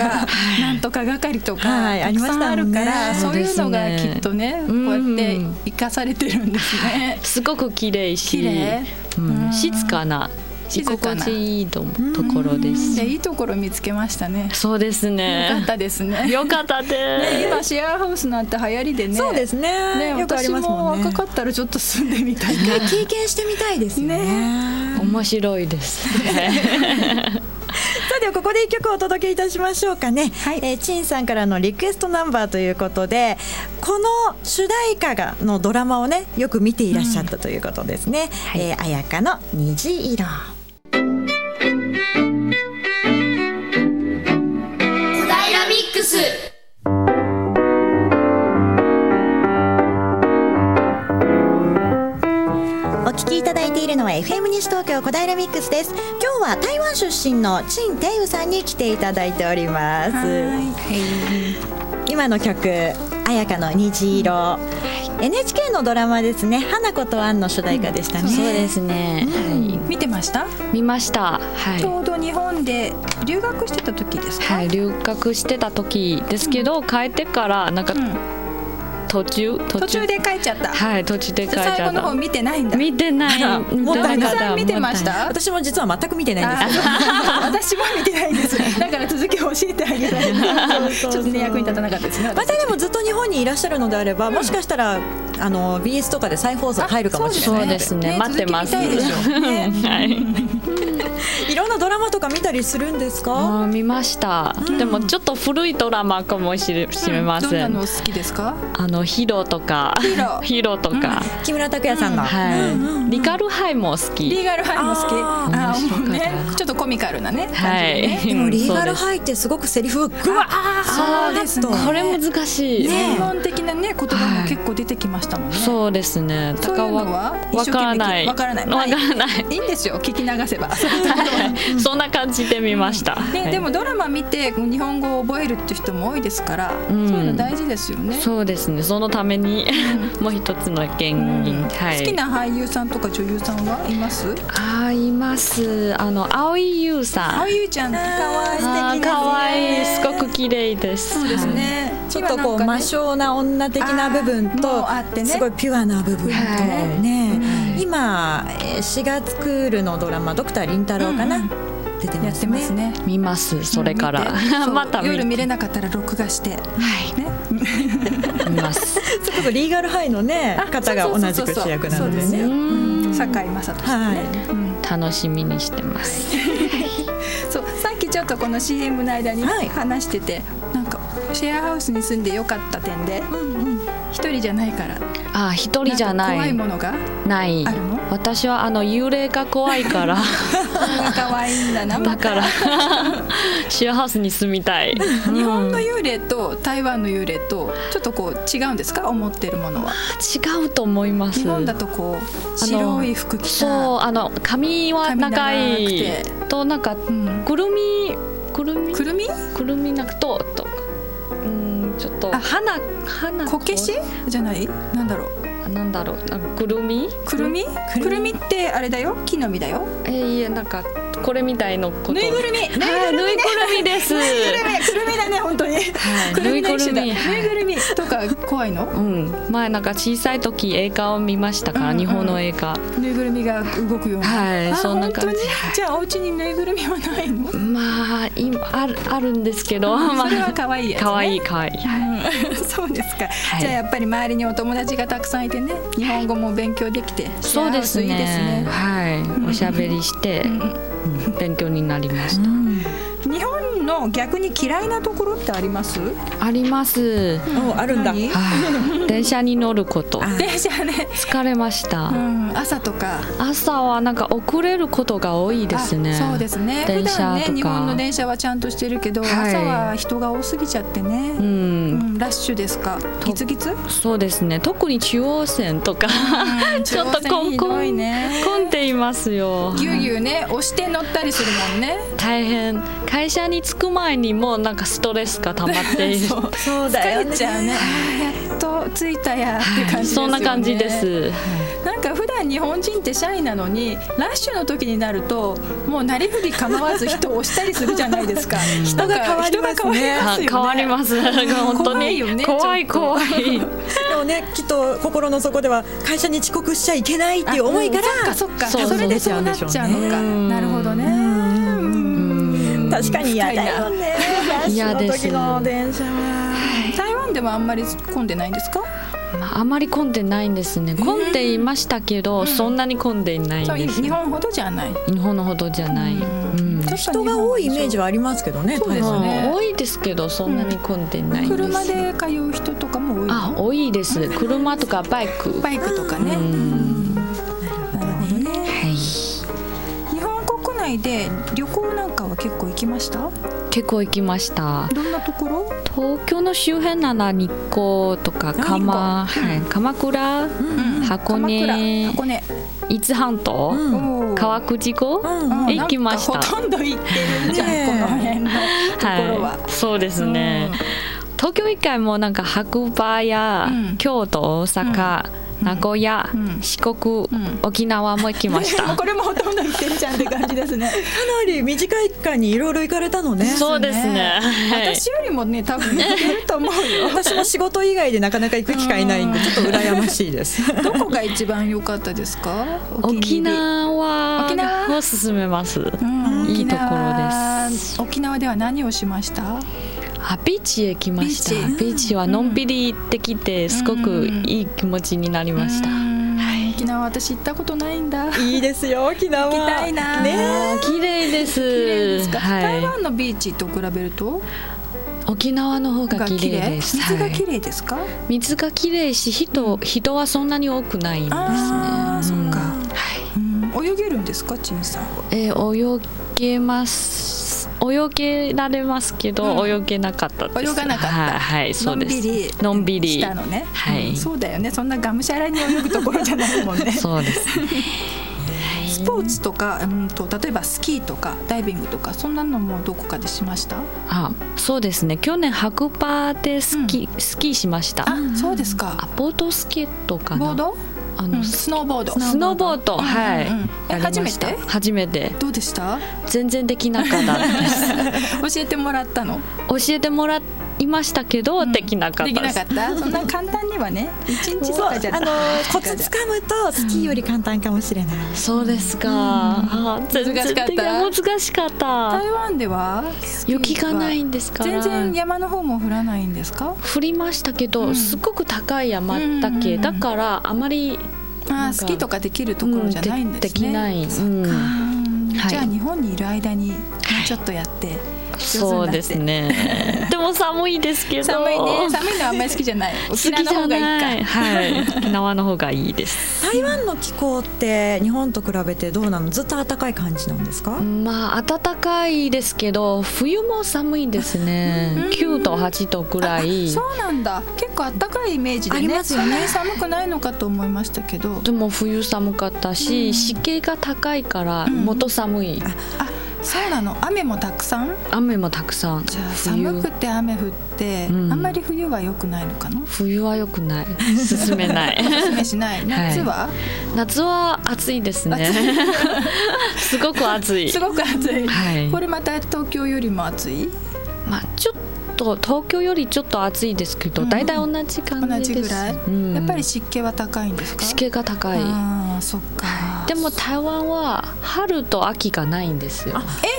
Speaker 1: なんとか係とか、
Speaker 2: はい
Speaker 1: たくさんあ
Speaker 2: あり
Speaker 1: る
Speaker 2: ましたね
Speaker 1: からそういうのが
Speaker 6: そうです
Speaker 1: き
Speaker 6: ね
Speaker 1: っとねこうやって生かされてるんです
Speaker 2: <laughs>
Speaker 1: ね。
Speaker 6: すごく綺麗し
Speaker 1: 綺麗
Speaker 6: うん、静かな
Speaker 1: 静
Speaker 6: 居
Speaker 1: かな
Speaker 6: 心地いいとところです
Speaker 1: でいいところ見つけましたね。
Speaker 6: そうです
Speaker 1: よか
Speaker 6: ね
Speaker 1: ったですね。
Speaker 6: よかった
Speaker 1: ね
Speaker 6: で
Speaker 1: 今シェアハウスなんて流行りでね。
Speaker 2: そうですね
Speaker 1: ね
Speaker 2: よくあり
Speaker 1: 私
Speaker 2: ます
Speaker 1: も
Speaker 2: もんね
Speaker 1: 若かったらちょっと住んでみたいな。
Speaker 2: 一回経験してみたいですよね
Speaker 6: す面白
Speaker 1: <laughs>
Speaker 6: いです
Speaker 2: さてここで一曲お届けいたしましょうかね、えー陳さんからのリクエストナンバーということでこの主題歌がのドラマをねよく見ていらっしゃったということですね、えー綾香の虹色
Speaker 5: 小平ミックス
Speaker 2: お聞きいただいているのは FM 西東京小平ミックスです今日は台湾出身の陳テイウさんに来ていただいております今の曲綾香の虹色、NHK のドラマですね花子とアンの主題歌でしたね、
Speaker 6: そうですね、
Speaker 1: 見てました？
Speaker 6: はい、見ましたはい
Speaker 1: ちょうど日本で留学してた時ですか？
Speaker 6: はい、留学してた時ですけど、帰ってからなんか
Speaker 1: うん
Speaker 6: 途中途
Speaker 1: 途中で帰っちゃった。
Speaker 6: はい途中で帰っちゃっ
Speaker 1: 最後の方
Speaker 6: た
Speaker 1: 見てないんだ。
Speaker 6: 見てない
Speaker 2: あらもった
Speaker 1: た
Speaker 2: いな
Speaker 1: くさん見てまし。
Speaker 6: もった
Speaker 2: 私も実は全く見てないんです
Speaker 1: あそう <laughs> 私も見てないんです。だから続きを教えてあげないと。ちょっとね役に立たなかったですね。
Speaker 2: またでもずっと日本にいらっしゃるのであれば、もしかしたらあの BS とかで再放送入るかもしれ
Speaker 6: そ
Speaker 2: な
Speaker 6: う
Speaker 2: い、
Speaker 6: ですね待ってます
Speaker 1: 続き見たいでし
Speaker 6: <laughs>
Speaker 1: ょね
Speaker 6: はい
Speaker 2: いろんなドラマとか見たりするんですか、
Speaker 6: あー見ました、でもちょっと古いドラマかもしれしれま
Speaker 1: どん
Speaker 6: せ、
Speaker 1: なんの好きですか？
Speaker 6: あのヒロとか
Speaker 1: ヒ
Speaker 6: <laughs>
Speaker 1: ロ
Speaker 6: とか、
Speaker 2: 木村拓哉さんの、
Speaker 6: はい、リカルハイも好
Speaker 1: リー
Speaker 6: き
Speaker 1: ガルハイも好き。
Speaker 2: あ
Speaker 1: あ
Speaker 6: 面白
Speaker 1: ー
Speaker 6: か
Speaker 1: も
Speaker 6: っ
Speaker 1: う
Speaker 6: た
Speaker 1: ねちょっとコミカルなね。感じ
Speaker 6: は
Speaker 1: でね
Speaker 2: <laughs>
Speaker 6: い
Speaker 2: でもリーガル
Speaker 6: うんそう
Speaker 2: 入ってすごくセリフがぐわ
Speaker 1: そう
Speaker 2: ー
Speaker 1: で
Speaker 2: っ
Speaker 1: す
Speaker 2: と
Speaker 1: ね。
Speaker 6: ですこれ難しい、
Speaker 1: 専門的なね言葉も結構出てきましたもんね。
Speaker 6: そうですね
Speaker 1: そういうのは
Speaker 6: わ
Speaker 1: 一生懸命
Speaker 6: からない
Speaker 1: わからない
Speaker 6: わからない、
Speaker 1: いいんですよ聞き流せば。
Speaker 6: はいそんな感じで見ました、は
Speaker 1: ね、
Speaker 6: い
Speaker 1: でもドラマ見て日本語を覚えるって人も多いですから、
Speaker 6: ん
Speaker 1: そういうの大事ですよね。
Speaker 6: そうですねそのために <laughs> もう一つの原因、はい
Speaker 1: 好きな俳優さんとか女優さんはいます？
Speaker 6: あーいますあの青井優さん
Speaker 1: あゆいちゃんとか
Speaker 2: あー
Speaker 1: は
Speaker 6: あ
Speaker 2: 素敵ですね
Speaker 6: ー可愛いすごく綺麗です
Speaker 1: そうです
Speaker 6: はい
Speaker 1: ね。
Speaker 2: ちょっと
Speaker 1: 今な
Speaker 2: こう、
Speaker 1: んか
Speaker 2: 魔
Speaker 1: ね
Speaker 2: 性な女的な部分
Speaker 1: あーもう
Speaker 2: と
Speaker 1: あってね
Speaker 2: すごいピュアな部分と、
Speaker 6: はい
Speaker 2: ね今えー4月クールのドラマ「ドクター凛太郎」かな、出て
Speaker 1: や
Speaker 2: ま
Speaker 1: って
Speaker 2: す
Speaker 1: ま
Speaker 2: ね
Speaker 1: すね。
Speaker 6: 見ますそれから
Speaker 1: 見
Speaker 6: <laughs>
Speaker 1: てそう
Speaker 6: また見
Speaker 1: 夜
Speaker 6: る
Speaker 1: 見れなかったら録画して、
Speaker 6: はい
Speaker 1: ね。
Speaker 6: 見ます
Speaker 2: それこそリーガルハイのね方が同じく主役なので
Speaker 1: そうそうそうそう
Speaker 2: ね
Speaker 1: すよ堺雅人さんね。
Speaker 2: は
Speaker 1: うん
Speaker 6: 楽しみにしてます
Speaker 1: そうさっきちょっとこの CM の間に
Speaker 2: はい
Speaker 1: 話してて、なんかシェアハウスに住んでよかった点で一、人じゃないから
Speaker 6: あー一人じゃな
Speaker 1: ん
Speaker 6: い
Speaker 1: か怖いもの
Speaker 6: <laughs>
Speaker 1: が
Speaker 6: ない
Speaker 1: あるの
Speaker 6: 私はあの幽霊が怖いから
Speaker 1: 可愛いんだな
Speaker 6: だ
Speaker 1: また <laughs>
Speaker 6: からシェアハウスに住みたい
Speaker 1: 日本の幽霊と台湾の幽霊とちょっとこう違うんですか思ってるものは
Speaker 6: 違うと思います
Speaker 1: 日本だとこう
Speaker 6: あの
Speaker 1: 白い服着た
Speaker 6: そうあの髪は長
Speaker 1: 髪
Speaker 6: い
Speaker 1: 長く
Speaker 6: となんか
Speaker 1: ん
Speaker 6: くるみくるみ
Speaker 1: くるみ
Speaker 6: くるみなくととうんちょっと
Speaker 1: あ
Speaker 6: 花花
Speaker 1: こけしじゃないなんだろう
Speaker 6: あなんだろうなんかくるみ
Speaker 1: くるみくるみってあれだよ木の実だよ
Speaker 6: えーいやなんかこれみたいのこと。
Speaker 1: ぬいぐるみぬいぐるみね
Speaker 6: はいぬいぐるみです。
Speaker 1: くるみだね本当に。
Speaker 6: はい
Speaker 1: くるみの一種だ。ぬ
Speaker 6: ぬい
Speaker 1: い
Speaker 6: ぐるみはい
Speaker 1: ぐるみとか怖いの？
Speaker 6: うん、前なんか小さい時映画を見ましたから、
Speaker 1: うんうん
Speaker 6: 日本の映画。
Speaker 1: ぬいぐるみが動くような。
Speaker 6: はい
Speaker 1: あ
Speaker 6: そんな感
Speaker 1: 本
Speaker 6: じ
Speaker 1: 当にじゃあお家にぬいぐるみはないの？
Speaker 6: まあ今あるあるんですけど、ま
Speaker 1: そ
Speaker 6: あ
Speaker 1: れは可愛いやつね。
Speaker 6: 可愛い可愛い。
Speaker 1: うん <laughs> そうですか、
Speaker 6: い
Speaker 1: じゃあやっぱり周りにお友達がたくさんいてね日本語も勉強できて幸
Speaker 6: そうで
Speaker 1: せ
Speaker 6: す
Speaker 1: いいです
Speaker 6: ね。
Speaker 1: ね
Speaker 6: はい、おしゃべりして、うん勉強になりました。
Speaker 1: 日本の逆に嫌いなところってあります、
Speaker 6: あります。
Speaker 2: あるんだ
Speaker 1: 何 <laughs>
Speaker 6: はい、電車に乗ること
Speaker 1: 電車ね、
Speaker 6: 疲れました、
Speaker 1: うん、朝とか
Speaker 6: 朝はなんか遅れることが多いですね
Speaker 1: あそうですね
Speaker 6: 電車とか
Speaker 1: 普段ね日本の電車はちゃんとしてるけど、
Speaker 6: はい
Speaker 1: 朝は人が多すぎちゃってね、
Speaker 6: う、
Speaker 1: うんんラッシュですかギツギツ、
Speaker 6: そうですね特に中央線とか、 <laughs> ちょっと
Speaker 1: 混ん
Speaker 6: 混ん
Speaker 1: 混ね
Speaker 6: 混んでいますよ
Speaker 1: ぎゅうぎゅうね押して乗ったりするもんね
Speaker 6: 大変会社に着く前にもうなんかストレスが溜まってい
Speaker 1: <laughs>
Speaker 6: る
Speaker 1: そう
Speaker 2: そうだよ
Speaker 1: 疲
Speaker 2: ね
Speaker 1: れちゃうねあーやっと着いたやって感じですよ
Speaker 6: そ
Speaker 1: ね
Speaker 6: んな感じです、
Speaker 1: なんか普段日本人ってシャイなのにラッシュの時になるともうなりふり構わず人を押したりするじゃないですか人
Speaker 2: が変わりますね
Speaker 6: あ変わりま
Speaker 1: <laughs>
Speaker 6: す本当
Speaker 1: 怖い
Speaker 6: に
Speaker 1: よね
Speaker 6: 怖い
Speaker 1: ちょっ <laughs>
Speaker 6: 怖い
Speaker 2: でもねきっと心の底では会社に遅刻しちゃいけないっていう思いから、
Speaker 1: そっかそ
Speaker 6: そ
Speaker 1: っか
Speaker 6: うそ
Speaker 1: そうれでそうなっちゃうのか
Speaker 6: ん
Speaker 1: なるほどね
Speaker 6: うん
Speaker 2: 確かに嫌だよね
Speaker 6: 嫌です
Speaker 2: ラッシュの時の電車は
Speaker 1: 台湾ではあんまり混んでないんですか
Speaker 6: まああまり混んでないんですね混んでいましたけど、そんなに混んでいない
Speaker 1: そう
Speaker 6: で
Speaker 1: い
Speaker 6: す
Speaker 1: 日本ほどじゃない
Speaker 6: 日本のほどじゃない、うん
Speaker 1: ちょっと
Speaker 2: 人が多いイメージ
Speaker 1: は
Speaker 2: はありますけどね
Speaker 1: そうですね
Speaker 6: うん多いですけどそんなに混んでないんです、
Speaker 1: 車で通う人とかも多い
Speaker 6: あ
Speaker 1: の
Speaker 6: 多いです車とかバイク
Speaker 1: バイクとかね
Speaker 6: うん
Speaker 1: なるほどね
Speaker 6: はい
Speaker 1: 日本国内で旅行なんかは結構行きました
Speaker 6: 結構行きました
Speaker 1: どんなところ
Speaker 6: 東京の周辺なら日光とか鎌,、はい、鎌倉箱根
Speaker 1: 鎌倉箱根、
Speaker 6: 伊豆半島、
Speaker 1: おー
Speaker 6: 川口湖、
Speaker 2: うん
Speaker 1: うん
Speaker 6: 行きました
Speaker 1: なんかほとんど行ってるじゃん、
Speaker 2: ねえ
Speaker 1: この辺のところは、
Speaker 6: い、そうですね、東京以外もなんか白馬や、
Speaker 1: うん
Speaker 6: 京都大阪、名古屋、
Speaker 1: うん
Speaker 6: 四国、
Speaker 1: ん
Speaker 6: 沖縄も行きまし
Speaker 1: <laughs> も <laughs>
Speaker 6: た
Speaker 1: うこれもほとんど行ってるじゃんって感じですね
Speaker 2: かなり短い期間にいろいろ行かれたのね
Speaker 6: <laughs> そうですねはい
Speaker 1: 私よりもね多分行ってると
Speaker 6: <laughs>
Speaker 1: 思うよ
Speaker 2: 私も仕事以外でなかなか行く機会ないんでちょっと羨ましいです
Speaker 1: どこが一番良かったですかお気に入り
Speaker 6: 沖縄
Speaker 1: 沖縄
Speaker 6: を勧めます
Speaker 1: うん
Speaker 6: いいところです
Speaker 1: 沖縄沖縄では何をしました
Speaker 6: あビーチへ来ました
Speaker 1: ビ
Speaker 6: ビ
Speaker 1: ー
Speaker 6: ーチはのんびりできてすごくいい気持ちになりました、
Speaker 1: うん沖縄私行ったことないんだ
Speaker 2: <laughs> いいですよ沖縄
Speaker 1: 行きたいな
Speaker 2: ね
Speaker 6: 綺麗です
Speaker 1: 綺麗ですか、
Speaker 6: は
Speaker 1: 台
Speaker 6: い、
Speaker 1: 湾のビーチと比べると
Speaker 6: 沖縄の方が綺麗です
Speaker 1: 水が
Speaker 6: はい
Speaker 1: 綺麗ですか、
Speaker 6: 水が綺麗し人人はそんなに多くないんですね
Speaker 1: あーそっか
Speaker 6: うん
Speaker 1: うん泳げるんですか陳さんは
Speaker 6: えー泳げます泳げられますけど、
Speaker 1: うん
Speaker 6: 泳げなかったです
Speaker 1: 泳がなかった
Speaker 6: はい、はい、そうです
Speaker 1: の
Speaker 6: の
Speaker 1: ん
Speaker 6: ん
Speaker 1: び
Speaker 6: び
Speaker 1: りし
Speaker 6: り
Speaker 1: たのね、
Speaker 6: はい
Speaker 1: うんそうだよねそんながむしゃらに泳ぐところじゃないもん
Speaker 6: <laughs>
Speaker 1: ね
Speaker 6: そ
Speaker 1: <laughs>
Speaker 6: うですね
Speaker 1: スポーツとかうんと例えばスキーとかダイビングとかそんなのもどこかでしました
Speaker 6: あそうですね去年白馬でスキ,、ースキーしました
Speaker 1: あそうです
Speaker 6: あ
Speaker 1: か
Speaker 6: ボードスケートかな
Speaker 1: ボード、
Speaker 6: あ
Speaker 1: う
Speaker 6: の、
Speaker 1: ん、
Speaker 6: ス
Speaker 1: スノーボード
Speaker 6: スノーボード、
Speaker 1: うんうんうん
Speaker 6: はい、
Speaker 1: え
Speaker 6: やりました
Speaker 1: 初めて
Speaker 6: 初めて
Speaker 1: どうでした
Speaker 6: 全然できなかったで
Speaker 1: <laughs>
Speaker 6: す
Speaker 1: 教えてもらったの
Speaker 6: 教えてもらいましたけど、できなかっ
Speaker 1: でき
Speaker 6: たで
Speaker 1: な
Speaker 6: す
Speaker 1: かったそんな簡単にはね一日とかじゃ
Speaker 2: あの
Speaker 1: <laughs>
Speaker 2: コツつかむとスキーより簡単かもしれない、
Speaker 6: そうですか、あ全然
Speaker 1: 難しかった
Speaker 6: できない難しかった
Speaker 1: 台湾ではスキーは
Speaker 6: 雪がないんですから
Speaker 1: 全然山の方も降らないんですか
Speaker 6: 降りましたけど、
Speaker 1: うん
Speaker 6: すっごく高い山だけ、
Speaker 1: うん
Speaker 6: だからあまり、
Speaker 1: あ
Speaker 6: な
Speaker 1: あ
Speaker 6: んか
Speaker 1: スキーとかできるところじゃないん
Speaker 6: うん
Speaker 1: で
Speaker 6: ですき
Speaker 1: ね、
Speaker 6: ない、うん
Speaker 1: うん
Speaker 6: はい
Speaker 1: じゃあ日本にいる間にちょっとやって、上手になって
Speaker 6: そうですね <laughs> でも寒いですけど
Speaker 1: 寒いね寒いのはあんまり好きじゃない沖
Speaker 6: <laughs> 好
Speaker 1: 縄
Speaker 6: き
Speaker 1: の
Speaker 6: じ
Speaker 1: 方
Speaker 6: ゃ
Speaker 1: がい
Speaker 6: ない
Speaker 1: か
Speaker 6: い <laughs> はい沖縄の方がいいです
Speaker 2: 台湾の気候って日本と比べてどうなのずっと暖かい感じなんですか、
Speaker 6: まあ暖かいですけど冬も寒いですね9度8度ぐらい
Speaker 1: そうなんだ結構あったかいイメージで
Speaker 2: あり
Speaker 1: ね
Speaker 2: ますよ
Speaker 1: そん
Speaker 2: ね
Speaker 1: なに寒くないのかと思いましたけど
Speaker 6: でも冬寒かったし、湿気が高いからもっと寒い、
Speaker 1: あそうなの雨もたくさん
Speaker 6: 雨もたくさん
Speaker 1: じゃあ寒
Speaker 6: 冬
Speaker 1: くて雨降って、
Speaker 6: うん
Speaker 1: あんまり冬は良くないのかな
Speaker 6: 冬は良くない進めない
Speaker 1: おすすめしない夏は、
Speaker 6: <laughs> 夏は暑いですねすごく暑い
Speaker 1: すごく暑い、
Speaker 6: はい
Speaker 1: これまた東京よりも暑い
Speaker 6: まあちょっと東京よりちょっと暑いですけど、
Speaker 1: うん
Speaker 6: 大体同じ感
Speaker 1: 同
Speaker 6: じ
Speaker 1: じ
Speaker 6: で
Speaker 1: ぐ
Speaker 6: す
Speaker 1: らい、
Speaker 6: うん
Speaker 1: やっぱり湿気は高いんですか
Speaker 6: 湿気が高い、
Speaker 1: ああそっか
Speaker 6: でも台湾は春と秋がないんですよ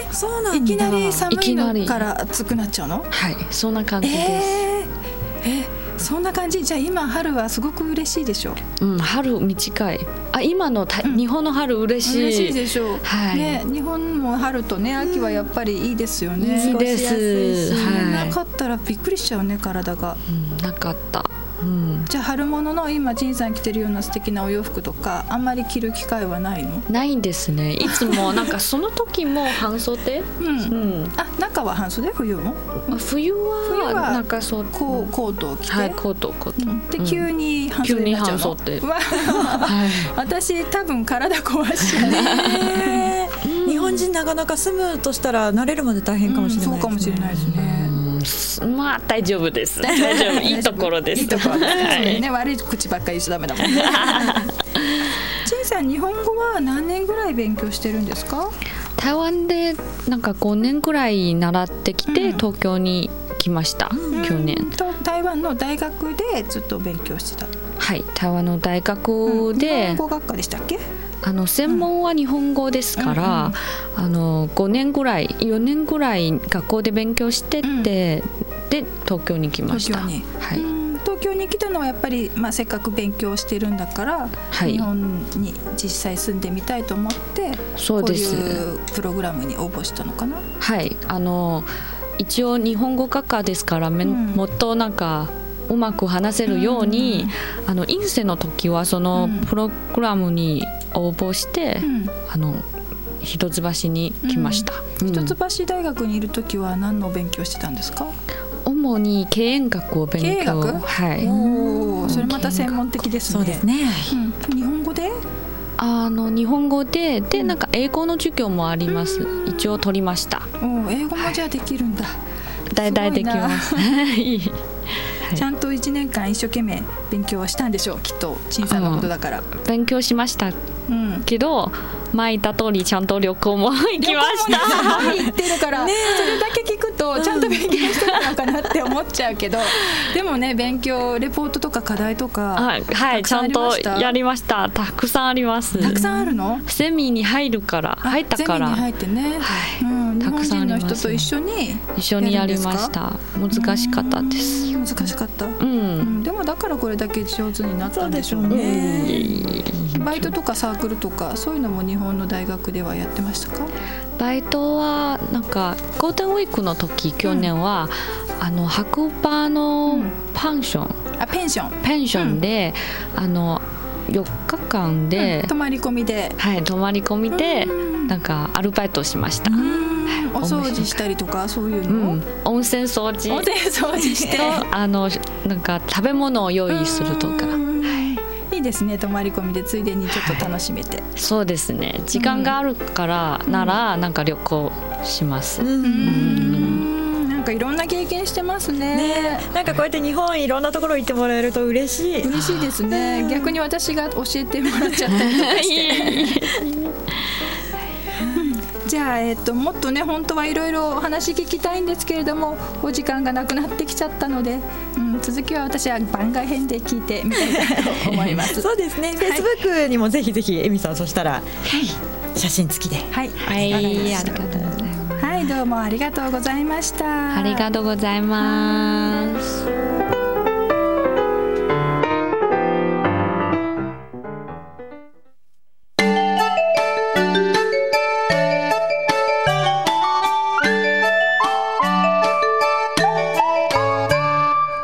Speaker 1: えそうなんいきなり寒
Speaker 6: いきないり
Speaker 1: のから暑くなっちゃうの
Speaker 6: はいそんな感
Speaker 1: え
Speaker 6: じです、
Speaker 1: ー、えそんな感じじゃあ今春はすごく嬉しいでしょう
Speaker 6: うん春短いあ今の台、
Speaker 1: うん
Speaker 6: 日本の春嬉しい
Speaker 1: 嬉しいでしょう、
Speaker 6: はい
Speaker 1: ね日本も春とね秋はやっぱりいいですよね、
Speaker 6: いい
Speaker 1: 過
Speaker 6: です
Speaker 1: ごしやすいし
Speaker 6: はい
Speaker 1: なかったらびっくりしちゃうね体が
Speaker 6: うん、なかった、うん、
Speaker 1: じゃあ春物の今陳さん着てるような素敵なお洋服とかあんまり着る機会はないの
Speaker 6: ないんですねいつもなんかその時も半袖、
Speaker 1: うん、
Speaker 6: うん、
Speaker 1: あ中は半袖冬も
Speaker 6: あ冬
Speaker 1: 冬
Speaker 6: は
Speaker 1: は
Speaker 6: 中袖
Speaker 1: こうコートを着て、
Speaker 6: はいコートコート、
Speaker 1: で
Speaker 6: うん
Speaker 1: 急に半袖になっちゃうの、
Speaker 6: 急に半袖
Speaker 1: うわ
Speaker 6: はい
Speaker 1: 私多分体壊しちゃうね
Speaker 7: 日本人なかなか住むとしたら慣れるまで大変かもしれ
Speaker 1: そ
Speaker 7: な
Speaker 1: う
Speaker 7: い
Speaker 1: かも
Speaker 7: で
Speaker 1: し
Speaker 7: す
Speaker 1: れ
Speaker 7: ね。
Speaker 1: ないですね、
Speaker 6: うんすまあ大丈夫です。大丈夫 <laughs> いいところです。
Speaker 1: いいところです
Speaker 6: <laughs> はい。
Speaker 1: ね悪い口ばっかり言っちゃダメだ
Speaker 6: <laughs>
Speaker 1: もんね陳さん日本語は何年ぐらい勉強してるんですか
Speaker 6: 台湾でなんか5年くらい習ってきて、
Speaker 1: うん
Speaker 6: 東京に来ました、去
Speaker 1: うん
Speaker 6: 年。
Speaker 1: と台湾の大学でずっと勉強してた
Speaker 6: はい台湾の大学
Speaker 1: うん日
Speaker 6: で
Speaker 1: 本、語学科でしたっけ
Speaker 6: あの専門は日本語ですから、あの5年くらい4年くらい学校で勉強してて、
Speaker 1: うん
Speaker 6: で東京に来ました。
Speaker 1: 東京に
Speaker 6: はい、
Speaker 1: うん東京に来たのはやっぱり、まあ、せっかく勉強してるんだから、
Speaker 6: はい
Speaker 1: 日本に実際住んでみたいと思って
Speaker 6: そうです
Speaker 1: こういうプログラムに応募したのかな。
Speaker 6: はい、あの一応日本語学科ですから、め
Speaker 1: うん
Speaker 6: もっとなんかうまく話せるように、あの院生の時はその
Speaker 1: うん
Speaker 6: プログラムに応募して、
Speaker 1: うん
Speaker 6: あの一橋に来ました。うん
Speaker 1: 一橋大学にいる時は何の勉強してたんですか、
Speaker 6: 主に経営学を勉
Speaker 1: 経営
Speaker 6: 強、
Speaker 1: 学
Speaker 6: はい、
Speaker 1: おおそれまた専門的です
Speaker 7: そう
Speaker 1: ね。
Speaker 7: ですね。
Speaker 1: うん日本語で
Speaker 6: あの日本語ででなんか英語の授業もあります。
Speaker 1: うん
Speaker 6: 一応取りました。
Speaker 1: おー英語もじゃあできるんだ、
Speaker 6: 大体できます。はい
Speaker 1: ちゃんと1年間一生懸命勉強はしたんでしょうきっと陳さんのことだから、
Speaker 6: 勉強しました
Speaker 1: うん、
Speaker 6: けど前言った通りちゃんと旅行も行きました。 <laughs>
Speaker 1: 旅行ってるから、それだけ聞くとちゃんと勉強してたのかなって思っちゃうけど、でもね勉強レポートとか課題とか
Speaker 6: あはい、
Speaker 1: たく
Speaker 6: ち
Speaker 1: さん
Speaker 6: ゃ
Speaker 1: あり
Speaker 6: ん
Speaker 1: ま
Speaker 6: と
Speaker 1: した
Speaker 6: やりました。たくさんあります。
Speaker 1: たくさんあるの、
Speaker 6: セミに入るから、入ったか
Speaker 1: ゼミに
Speaker 6: ら
Speaker 1: 入ってね、
Speaker 6: はい
Speaker 1: うん、日
Speaker 6: た
Speaker 1: 本
Speaker 6: くさんあ
Speaker 1: 人
Speaker 6: り
Speaker 1: の
Speaker 6: ます
Speaker 1: 人と一緒に
Speaker 6: 一緒にやりました。難しかったで
Speaker 1: う
Speaker 6: す。
Speaker 1: ん難しかった、
Speaker 6: う。
Speaker 1: うんん、でもだからこれだけ上手になったんでしょう
Speaker 7: そう
Speaker 1: ね
Speaker 7: でしょうね
Speaker 6: うん
Speaker 1: バイトとかサークルとかそういうのも日本の大学ではやってましたか
Speaker 6: バイトはなんかゴールデンウィークの時去年は、あの白馬
Speaker 1: う
Speaker 6: の
Speaker 1: ん
Speaker 6: パンション、
Speaker 1: あペンション、
Speaker 6: ペンションで、あの4日間で、
Speaker 1: うん泊まり込みで、
Speaker 6: はい泊まり込みで、
Speaker 1: うん
Speaker 6: なんかアルバイトしました。
Speaker 1: うんお掃除したりとかそういう
Speaker 6: う
Speaker 1: の、
Speaker 6: ん、温泉掃除
Speaker 1: お手掃除して
Speaker 6: とあのなんか食べ物を用意するとか
Speaker 1: うんいいですね泊まり込みでついでにちょっと楽しめて、
Speaker 6: そうですね時間があるからなら、なんか旅行します、
Speaker 1: うんなんかいろんな経験してますね
Speaker 7: ねなんかこうやって日本いろんなところ行ってもらえると嬉しい。
Speaker 1: 嬉しいですね逆に私が教えてもらっちゃったりと
Speaker 6: <laughs>
Speaker 1: かしてうんじゃあ、えっと、もっとね本当はいろいろお話聞きたいんですけれどもお時間がなくなってきちゃったので、うん、続きは私は番外編で聞いてみたいなと思いま
Speaker 6: <laughs>
Speaker 1: す。
Speaker 7: そうですね。Facebook にもぜひぜひエミさんそしたら写真付きで。
Speaker 1: はい、
Speaker 6: はい
Speaker 1: わかりま
Speaker 6: あ
Speaker 1: し
Speaker 6: りがとうございま
Speaker 1: た
Speaker 6: す
Speaker 1: はい、どうもありがとうございました。
Speaker 6: ありがとうございます。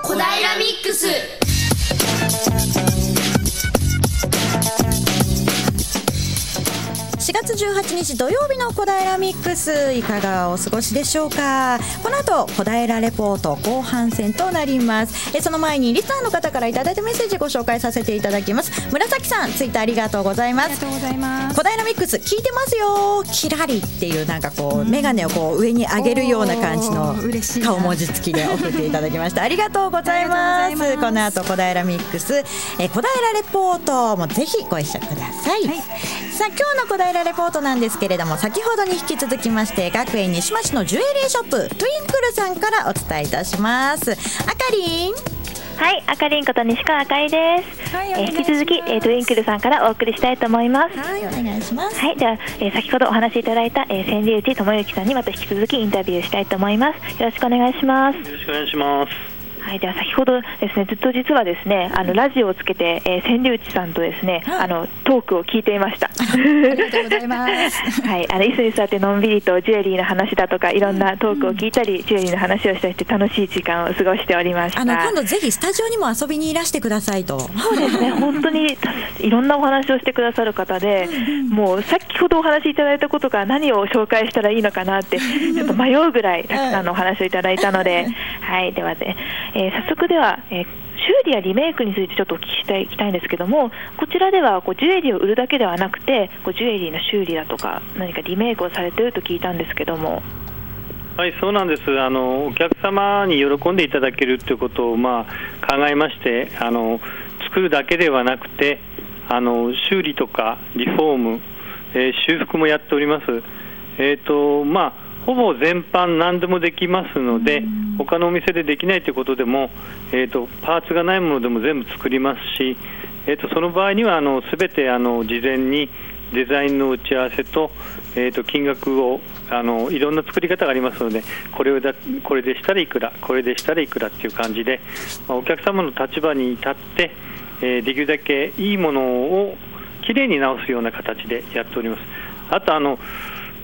Speaker 5: 小平ミックス
Speaker 2: 4月月18日土曜日の小平ミックスいかがお過ごしでしょうかこの後小平レポート後半戦となりますえその前にリスナーの方からいただいたメッセージご紹介させていただきます紫さんツイッターありがとうございま
Speaker 1: ありが
Speaker 2: す
Speaker 1: とうございます
Speaker 2: 小平ミックス聞いてますよキラリっていうなんかこう眼鏡をこう上に上げるような感じの
Speaker 1: おー嬉しいな
Speaker 2: 顔文字付きで送っていただきましたありがとうござい
Speaker 1: あ
Speaker 2: ま
Speaker 1: り
Speaker 2: す
Speaker 1: がとうござ
Speaker 2: こ
Speaker 1: い
Speaker 2: の
Speaker 1: ます
Speaker 2: 後小平ミックス、えー小平レポートもぜひご一緒ください、
Speaker 1: はい
Speaker 2: さあ今日の小平レポートなんですけれども先ほどに引き続きまして学園西町のジュエリーショップトゥインクルさんからお伝えいたしますあかりん
Speaker 3: はい、あかりんこと西川あかりです。
Speaker 1: はい
Speaker 3: え
Speaker 1: お願い
Speaker 3: ー引き続き
Speaker 1: し、ます
Speaker 3: えー、ドゥインクルさんからお送りしたいと思います。
Speaker 2: はいお願いします
Speaker 3: はい、では、えー先ほどお話しいただいた、えー、千里内智之さんにまた引き続きインタビューしたいと思います。よろしくお願いします。
Speaker 4: よろしくお願いします。
Speaker 3: はい、では先ほどですね、ずっと実はですね、あのラジオをつけて、えー、千里内さんとですね、
Speaker 2: はい
Speaker 3: あのトークを聞いていました。
Speaker 1: ありがとうございます
Speaker 3: <laughs> はい、あの椅子に座ってのんびりとジュエリーの話だとかいろんなトークを聞いたり、ジュエリーの話をしたりして楽しい時間を過ごしておりました。
Speaker 2: あの今度ぜひスタジオにも遊びにいらしてくださいと
Speaker 3: そうです <laughs> ね、本当にいろんなお話をしてくださる方で、もう先ほどお話しいただいたことが何を紹介したらいいのかなって、ちょっと迷うぐらいたくさんのお話をいただいたので、はい、ではね、えー早速では、えー修理やリメイクについてちょっとお聞きしていきたいんですけどもこちらではこうジュエリーを売るだけではなくてこうジュエリーの修理だとか何かリメイクをされていると聞いたんですけども
Speaker 4: はい、そうなんです。あのお客様に喜んでいただけるということをまあ考えまして、あの作るだけではなくて、あの修理とかリフォーム、えー修復もやっております。えっ、とまあほぼ全般何でもできますので、他のお店でできないということでも、えっ、とパーツがないものでも全部作りますし、えっ、とその場合にはあのすべてあの事前にデザインの打ち合わせと,、えー、と金額をあのいろんな作り方がありますのでこれをだこれでしたらいくらこれでしたらいくらっていう感じで、まあお客様の立場に立って、えーできるだけいいものをきれいに直すような形でやっております。あとあの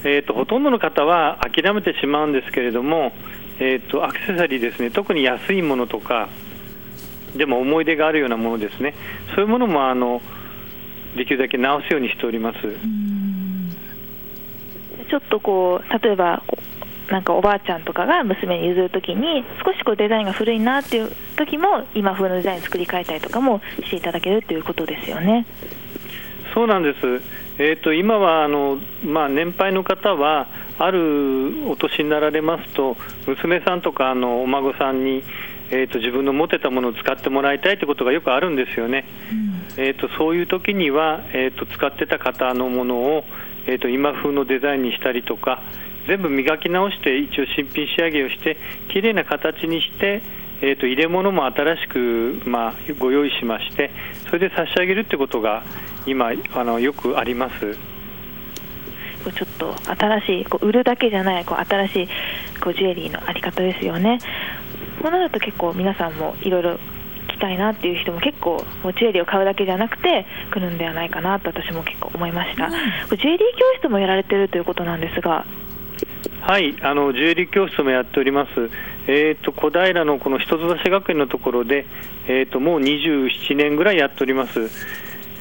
Speaker 4: えー、とほとんどの方は諦めてしまうんですけれども、えー、とアクセサリーですね特に安いものとかでも思い出があるようなものですねそういうものもあのできるだけ直すようにしております。
Speaker 3: ちょっとこう例えばこうなんかおばあちゃんとかが娘に譲るときに少しこうデザインが古いなっていう時も今風のデザイン作り変えたりとかもしていただけるということですよね。
Speaker 4: そうなんです。えー、と今はあの、まあ、年配の方はあるお年になられますと娘さんとかあのお孫さんに、えー、と自分の持てたものを使ってもらいたいということがよくあるんですよね。えー、とそういう時には、えー、と使ってた方のものを、えー、と今風のデザインにしたりとか全部磨き直して一応新品仕上げをして綺麗な形にして、えー、と入れ物も新しく、まあ、ご用意しましてそれで差し上げるってことが今あのよくあります。
Speaker 3: こうちょっと新しいこう売るだけじゃないこう新しいこうジュエリーのあり方ですよね。こうなると結構皆さんもいろいろ着たいなっていう人も結構もうジュエリーを買うだけじゃなくて来るんではないかなと私も結構思いました。こうジュエリー教室もやられてるということなんですが、
Speaker 4: はい、あのジュエリー教室もやっております。えっ、と小平のこの一橋学園のところで、えっ、ともう27年ぐらいやっております。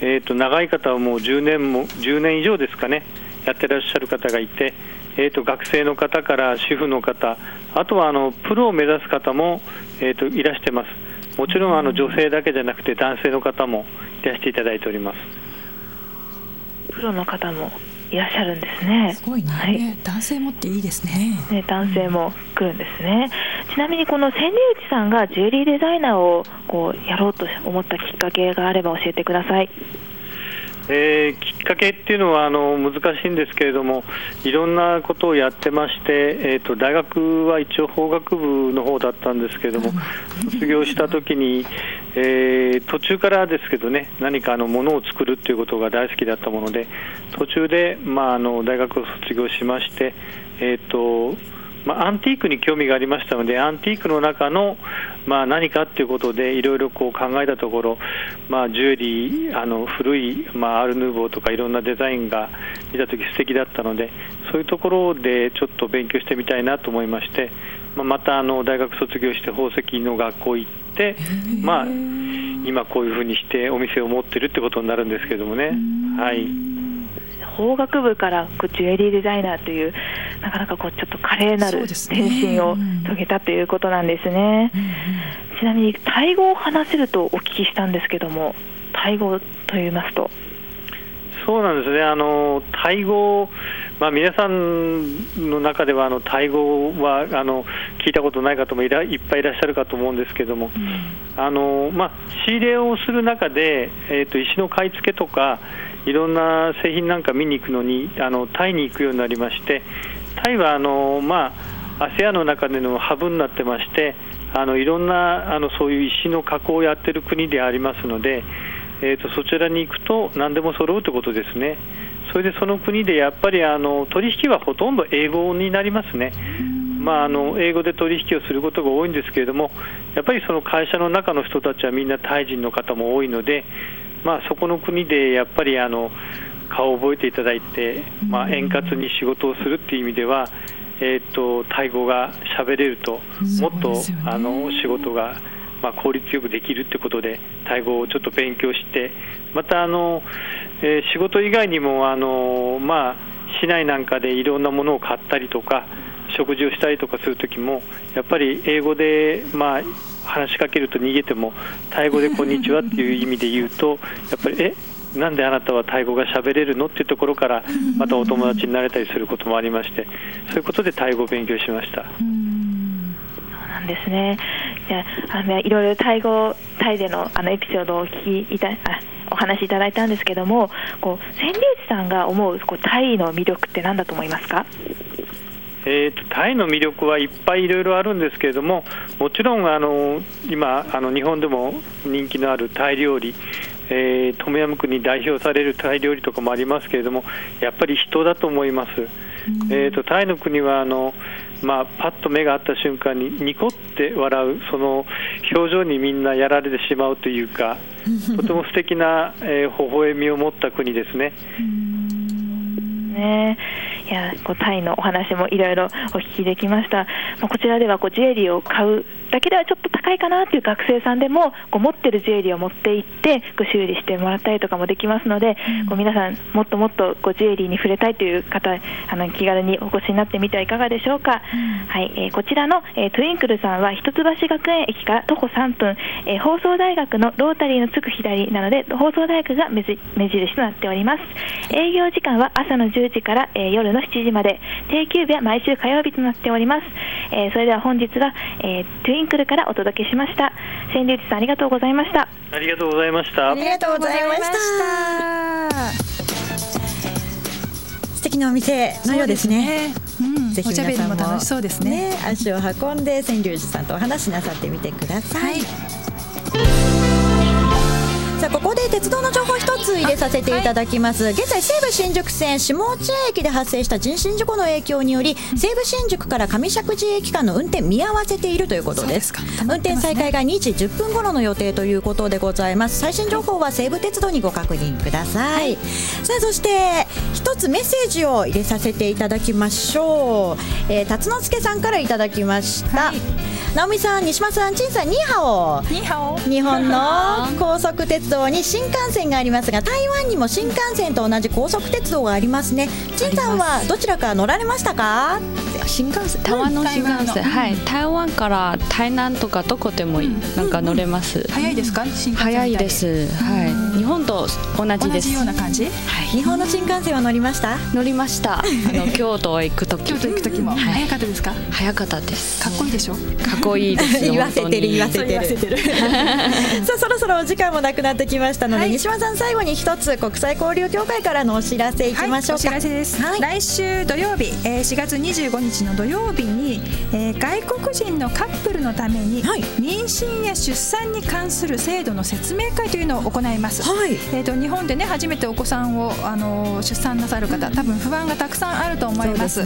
Speaker 4: えっ、と長い方はもう10年も10年以上ですかね、やってらっしゃる方がいて、えっ、と学生の方から主婦の方、あとはあのプロを目指す方もえっ、といらしてます。もちろんあの女性だけじゃなくて男性の方もいらしていただいております。
Speaker 3: プロの方もいらっしゃるんですね。
Speaker 7: すごいね
Speaker 3: はい。ね、
Speaker 1: ね男性もっていいですね
Speaker 3: 男性も来るんですね。ちなみにこの千里内さんがジュエリーデザイナーをこうやろうと思ったきっかけがあれば教えてください。
Speaker 4: えーきっかけっていうのはあの難しいんですけれどもいろんなことをやってまして、えー、と大学は一応法学部の方だったんですけれども卒業した時に、えー途中からですけどね何かあのものを作るっていうことが大好きだったもので途中で、まあ、あの大学を卒業しまして、えーとまあ、アンティークに興味がありましたのでアンティークの中の、まあ、何かということでいろいろこう考えたところ、まあ、ジュエリーあの古い、まあ、アール・ヌーボーとかいろんなデザインが見た時素敵だったのでそういうところでちょっと勉強してみたいなと思いまして、まあ、またあの大学卒業して宝石の学校行って、まあ、今こういうふうにしてお店を持ってるってことになるんですけどもね。はい
Speaker 3: 法学部からこうジュエリーデザイナーというなかなかこうちょっと華麗な
Speaker 1: そう
Speaker 3: る
Speaker 1: ですね
Speaker 3: 転身を遂げたということなんですね。ちなみにタイ語を話せるとお聞きしたんですけども、タイ語と言いますと、
Speaker 4: そうなんですね、あのタイ語、まあ、皆さんの中ではあのタイ語はあの聞いたことない方もいらいっぱいいらっしゃるかと思うんですけども、あのまあ、仕入れをする中で、えー、と石の買い付けとかいろんな製品なんか見に行くのにあのタイに行くようになりましてタイはあの、まあ、ASEAN の中でのハブになってましてあのいろんなあのそういう石の加工をやってる国でありますので、えー、とそちらに行くと何でも揃うということですね。それでその国でやっぱりあの取引はほとんど英語になりますね。まあ、あの英語で取引をすることが多いんですけれども、やっぱりその会社の中の人たちはみんなタイ人の方も多いので、まあ、そこの国でやっぱりあの顔を覚えていただいて、まあ、円滑に仕事をするっていう意味では、えー、とタイ語が喋れると、もっと、あの仕事が、まあ、効率よくできるってことで、タイ語をちょっと勉強して、またあの、えー仕事以外にもあの、まあ、市内なんかでいろんなものを買ったりとか、食事をしたりとかするときも、やっぱり英語で、まあ、話しかけると逃げても、タイ語でこんにちはっていう意味で言うと、やっぱり、えなんであなたはタイ語が喋れるのっていうところから、またお友達になれたりすることもありまして、そういうことでタイ語を勉強しました。
Speaker 3: そうなんですね。いや、あのいろいろタイ語タイでのあのエピソードをお聞きいたあお話しいただいたんですけども、こう千流寺さんが思うこうタイの魅力って何だと思いますか？
Speaker 4: えーとタイの魅力はいっぱいいろいろあるんですけれどももちろんあの今あの日本でも人気のあるタイ料理、えートムヤムクンに代表されるタイ料理とかもありますけれどもやっぱり人だと思います、えーとタイの国はあの、まあ、パッと目が合った瞬間にニコって笑うその表情にみんなやられてしまうというかとても素敵な、えー微笑みを持った国ですね。
Speaker 3: ね。いや、こうタイのお話もいろいろお聞きできました。まあ、こちらではこうジュエリーを買うだけではちょっと高いかなっていう学生さんでも、こう持ってるジュエリーを持って行って、こう修理してもらったりとかもできますので、こう皆さんもっともっとこうジュエリーに触れたいという方、あの気軽にお越しになってみてはいかがでしょうか。はい、えーこちらの、えートゥインクルさんは一橋学園駅から徒歩3分、えー放送大学のロータリーのすぐ左なので放送大学が目じ目印となっております営業時間は朝の10時から、えー夜の7時まで定休日は毎週火曜日となっております、えーそれでは本日は、えートゥインクルからお届けしました千流寺さんありがとうございました
Speaker 4: ありがとうございました。
Speaker 2: りがとうございました。素敵なお店のようですね。
Speaker 1: そうですねうん
Speaker 2: ぜひ
Speaker 1: おしゃべ
Speaker 2: 皆
Speaker 1: り
Speaker 2: さん
Speaker 1: も
Speaker 2: も
Speaker 1: 楽しそうですね。
Speaker 2: 足を運んで千流寺さんとお話しなさってみてください。さあここで鉄道の情報一つ入れさせていただきます、現在西武新宿線下落合駅で発生した人身事故の影響により西武新宿から上石神駅間の運転見合わせているということです
Speaker 1: そうですか
Speaker 2: 運転再開が2時10分頃の予定ということでございます最新情報は西武鉄道にご確認ください、さあそして一つメッセージを入れさせていただきましょう、えー、辰之助さんからいただきました、直美さん西間さん陳さんニーハオ
Speaker 1: ニーハオ
Speaker 2: 日本の高速鉄道に新幹線がありますが台湾にも新幹線と同じ高速鉄道がありますね陳さんはどちらか乗られましたか
Speaker 6: 新幹線台湾の新幹
Speaker 1: 台湾の
Speaker 6: 線はい台湾から台南とかどこでもいいなんか乗れます
Speaker 1: 早いですか？新幹線みたに
Speaker 6: 早いで。すはい日本と同
Speaker 1: 同
Speaker 6: じです
Speaker 1: じような感じ？
Speaker 2: 日本の新幹線は乗りま
Speaker 1: <laughs>
Speaker 2: した
Speaker 6: 乗りま <laughs> したあの京都へ行く時
Speaker 1: 京都行く時も早かったですか？
Speaker 6: 早かったです
Speaker 1: かっこいいでしょ？
Speaker 6: かっこいいです <laughs>
Speaker 2: 言わせてる言わせ
Speaker 6: る
Speaker 2: てる <laughs> さあそろそろお時間もなくなってきましたので、
Speaker 1: はい
Speaker 2: 西村さん最後に一つ国際交流協会からのお知らせいきましょうか、
Speaker 1: はい、お知らせです、
Speaker 2: はい
Speaker 1: 来週土曜日、えー4月25日の土曜日に、えー外国人のカップルのために、
Speaker 2: はい
Speaker 1: 妊娠や出産に関する制度の説明会というのを行います、
Speaker 2: はい
Speaker 1: えー、と日本でね初めてお子さんを、あのー出産なさる方多分不安がたくさんあると思います
Speaker 2: そうです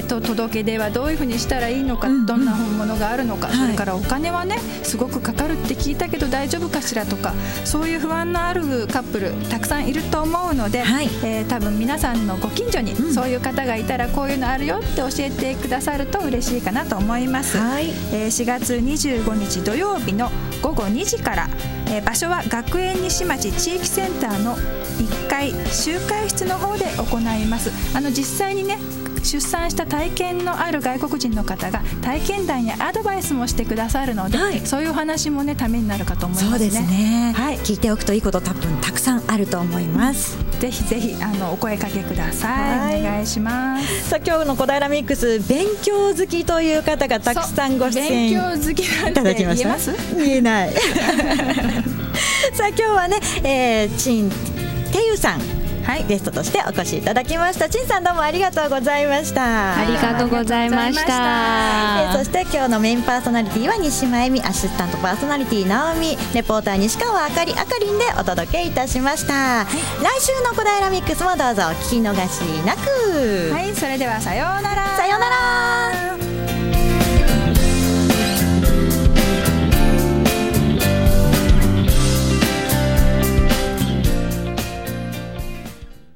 Speaker 1: えー、と届け出はどういうふうにしたらいいのか、どんな本物があるのか、それからお金はねすごくかかるって聞いたけど大丈夫かしらとかそういう不安のあるカップルたくさんいると思うので、
Speaker 2: はい
Speaker 1: えー多分皆さんのご近所にそういう方がいたらこういうのあるよって教えてくださると嬉しいかなと思います、
Speaker 2: はい
Speaker 1: えー4月25日土曜日の午後2時から、えー場所は学園西町地域センターの1階集会室の方で行いますあの実際にね出産した体験のある外国人の方が体験談やアドバイスもしてくださるので、
Speaker 2: はい
Speaker 1: そういうお話もねためになるかと思いますね。はい、
Speaker 2: 聞いておくといいこと多分たくさんあると思います。
Speaker 1: ぜひぜひあのお声かけください。
Speaker 7: はい
Speaker 1: お願いします。
Speaker 7: さあ今日の小平ミックス勉強好きという方がたくさんご出演
Speaker 1: 勉強好きなん
Speaker 7: いただ
Speaker 1: て
Speaker 7: き
Speaker 1: 言
Speaker 7: まし
Speaker 1: え
Speaker 7: た
Speaker 1: ます？
Speaker 7: 言えない
Speaker 2: <laughs> さあ今日はね、えー、陳てゆさん
Speaker 1: はい。
Speaker 2: ゲストとしてお越しいただきました。陳さんどうもありがとうございました。
Speaker 6: ありがとうございまし
Speaker 2: えーそ
Speaker 6: た。
Speaker 2: して今日のメインパーソナリティは西真由美アシスタントパーソナリティ直美レポーター西川あかりあかりんでお届けいたしました、来週の「小平ミックス」もどうぞお聞き逃しなく、
Speaker 1: はい、それではさようなら。
Speaker 2: さようなら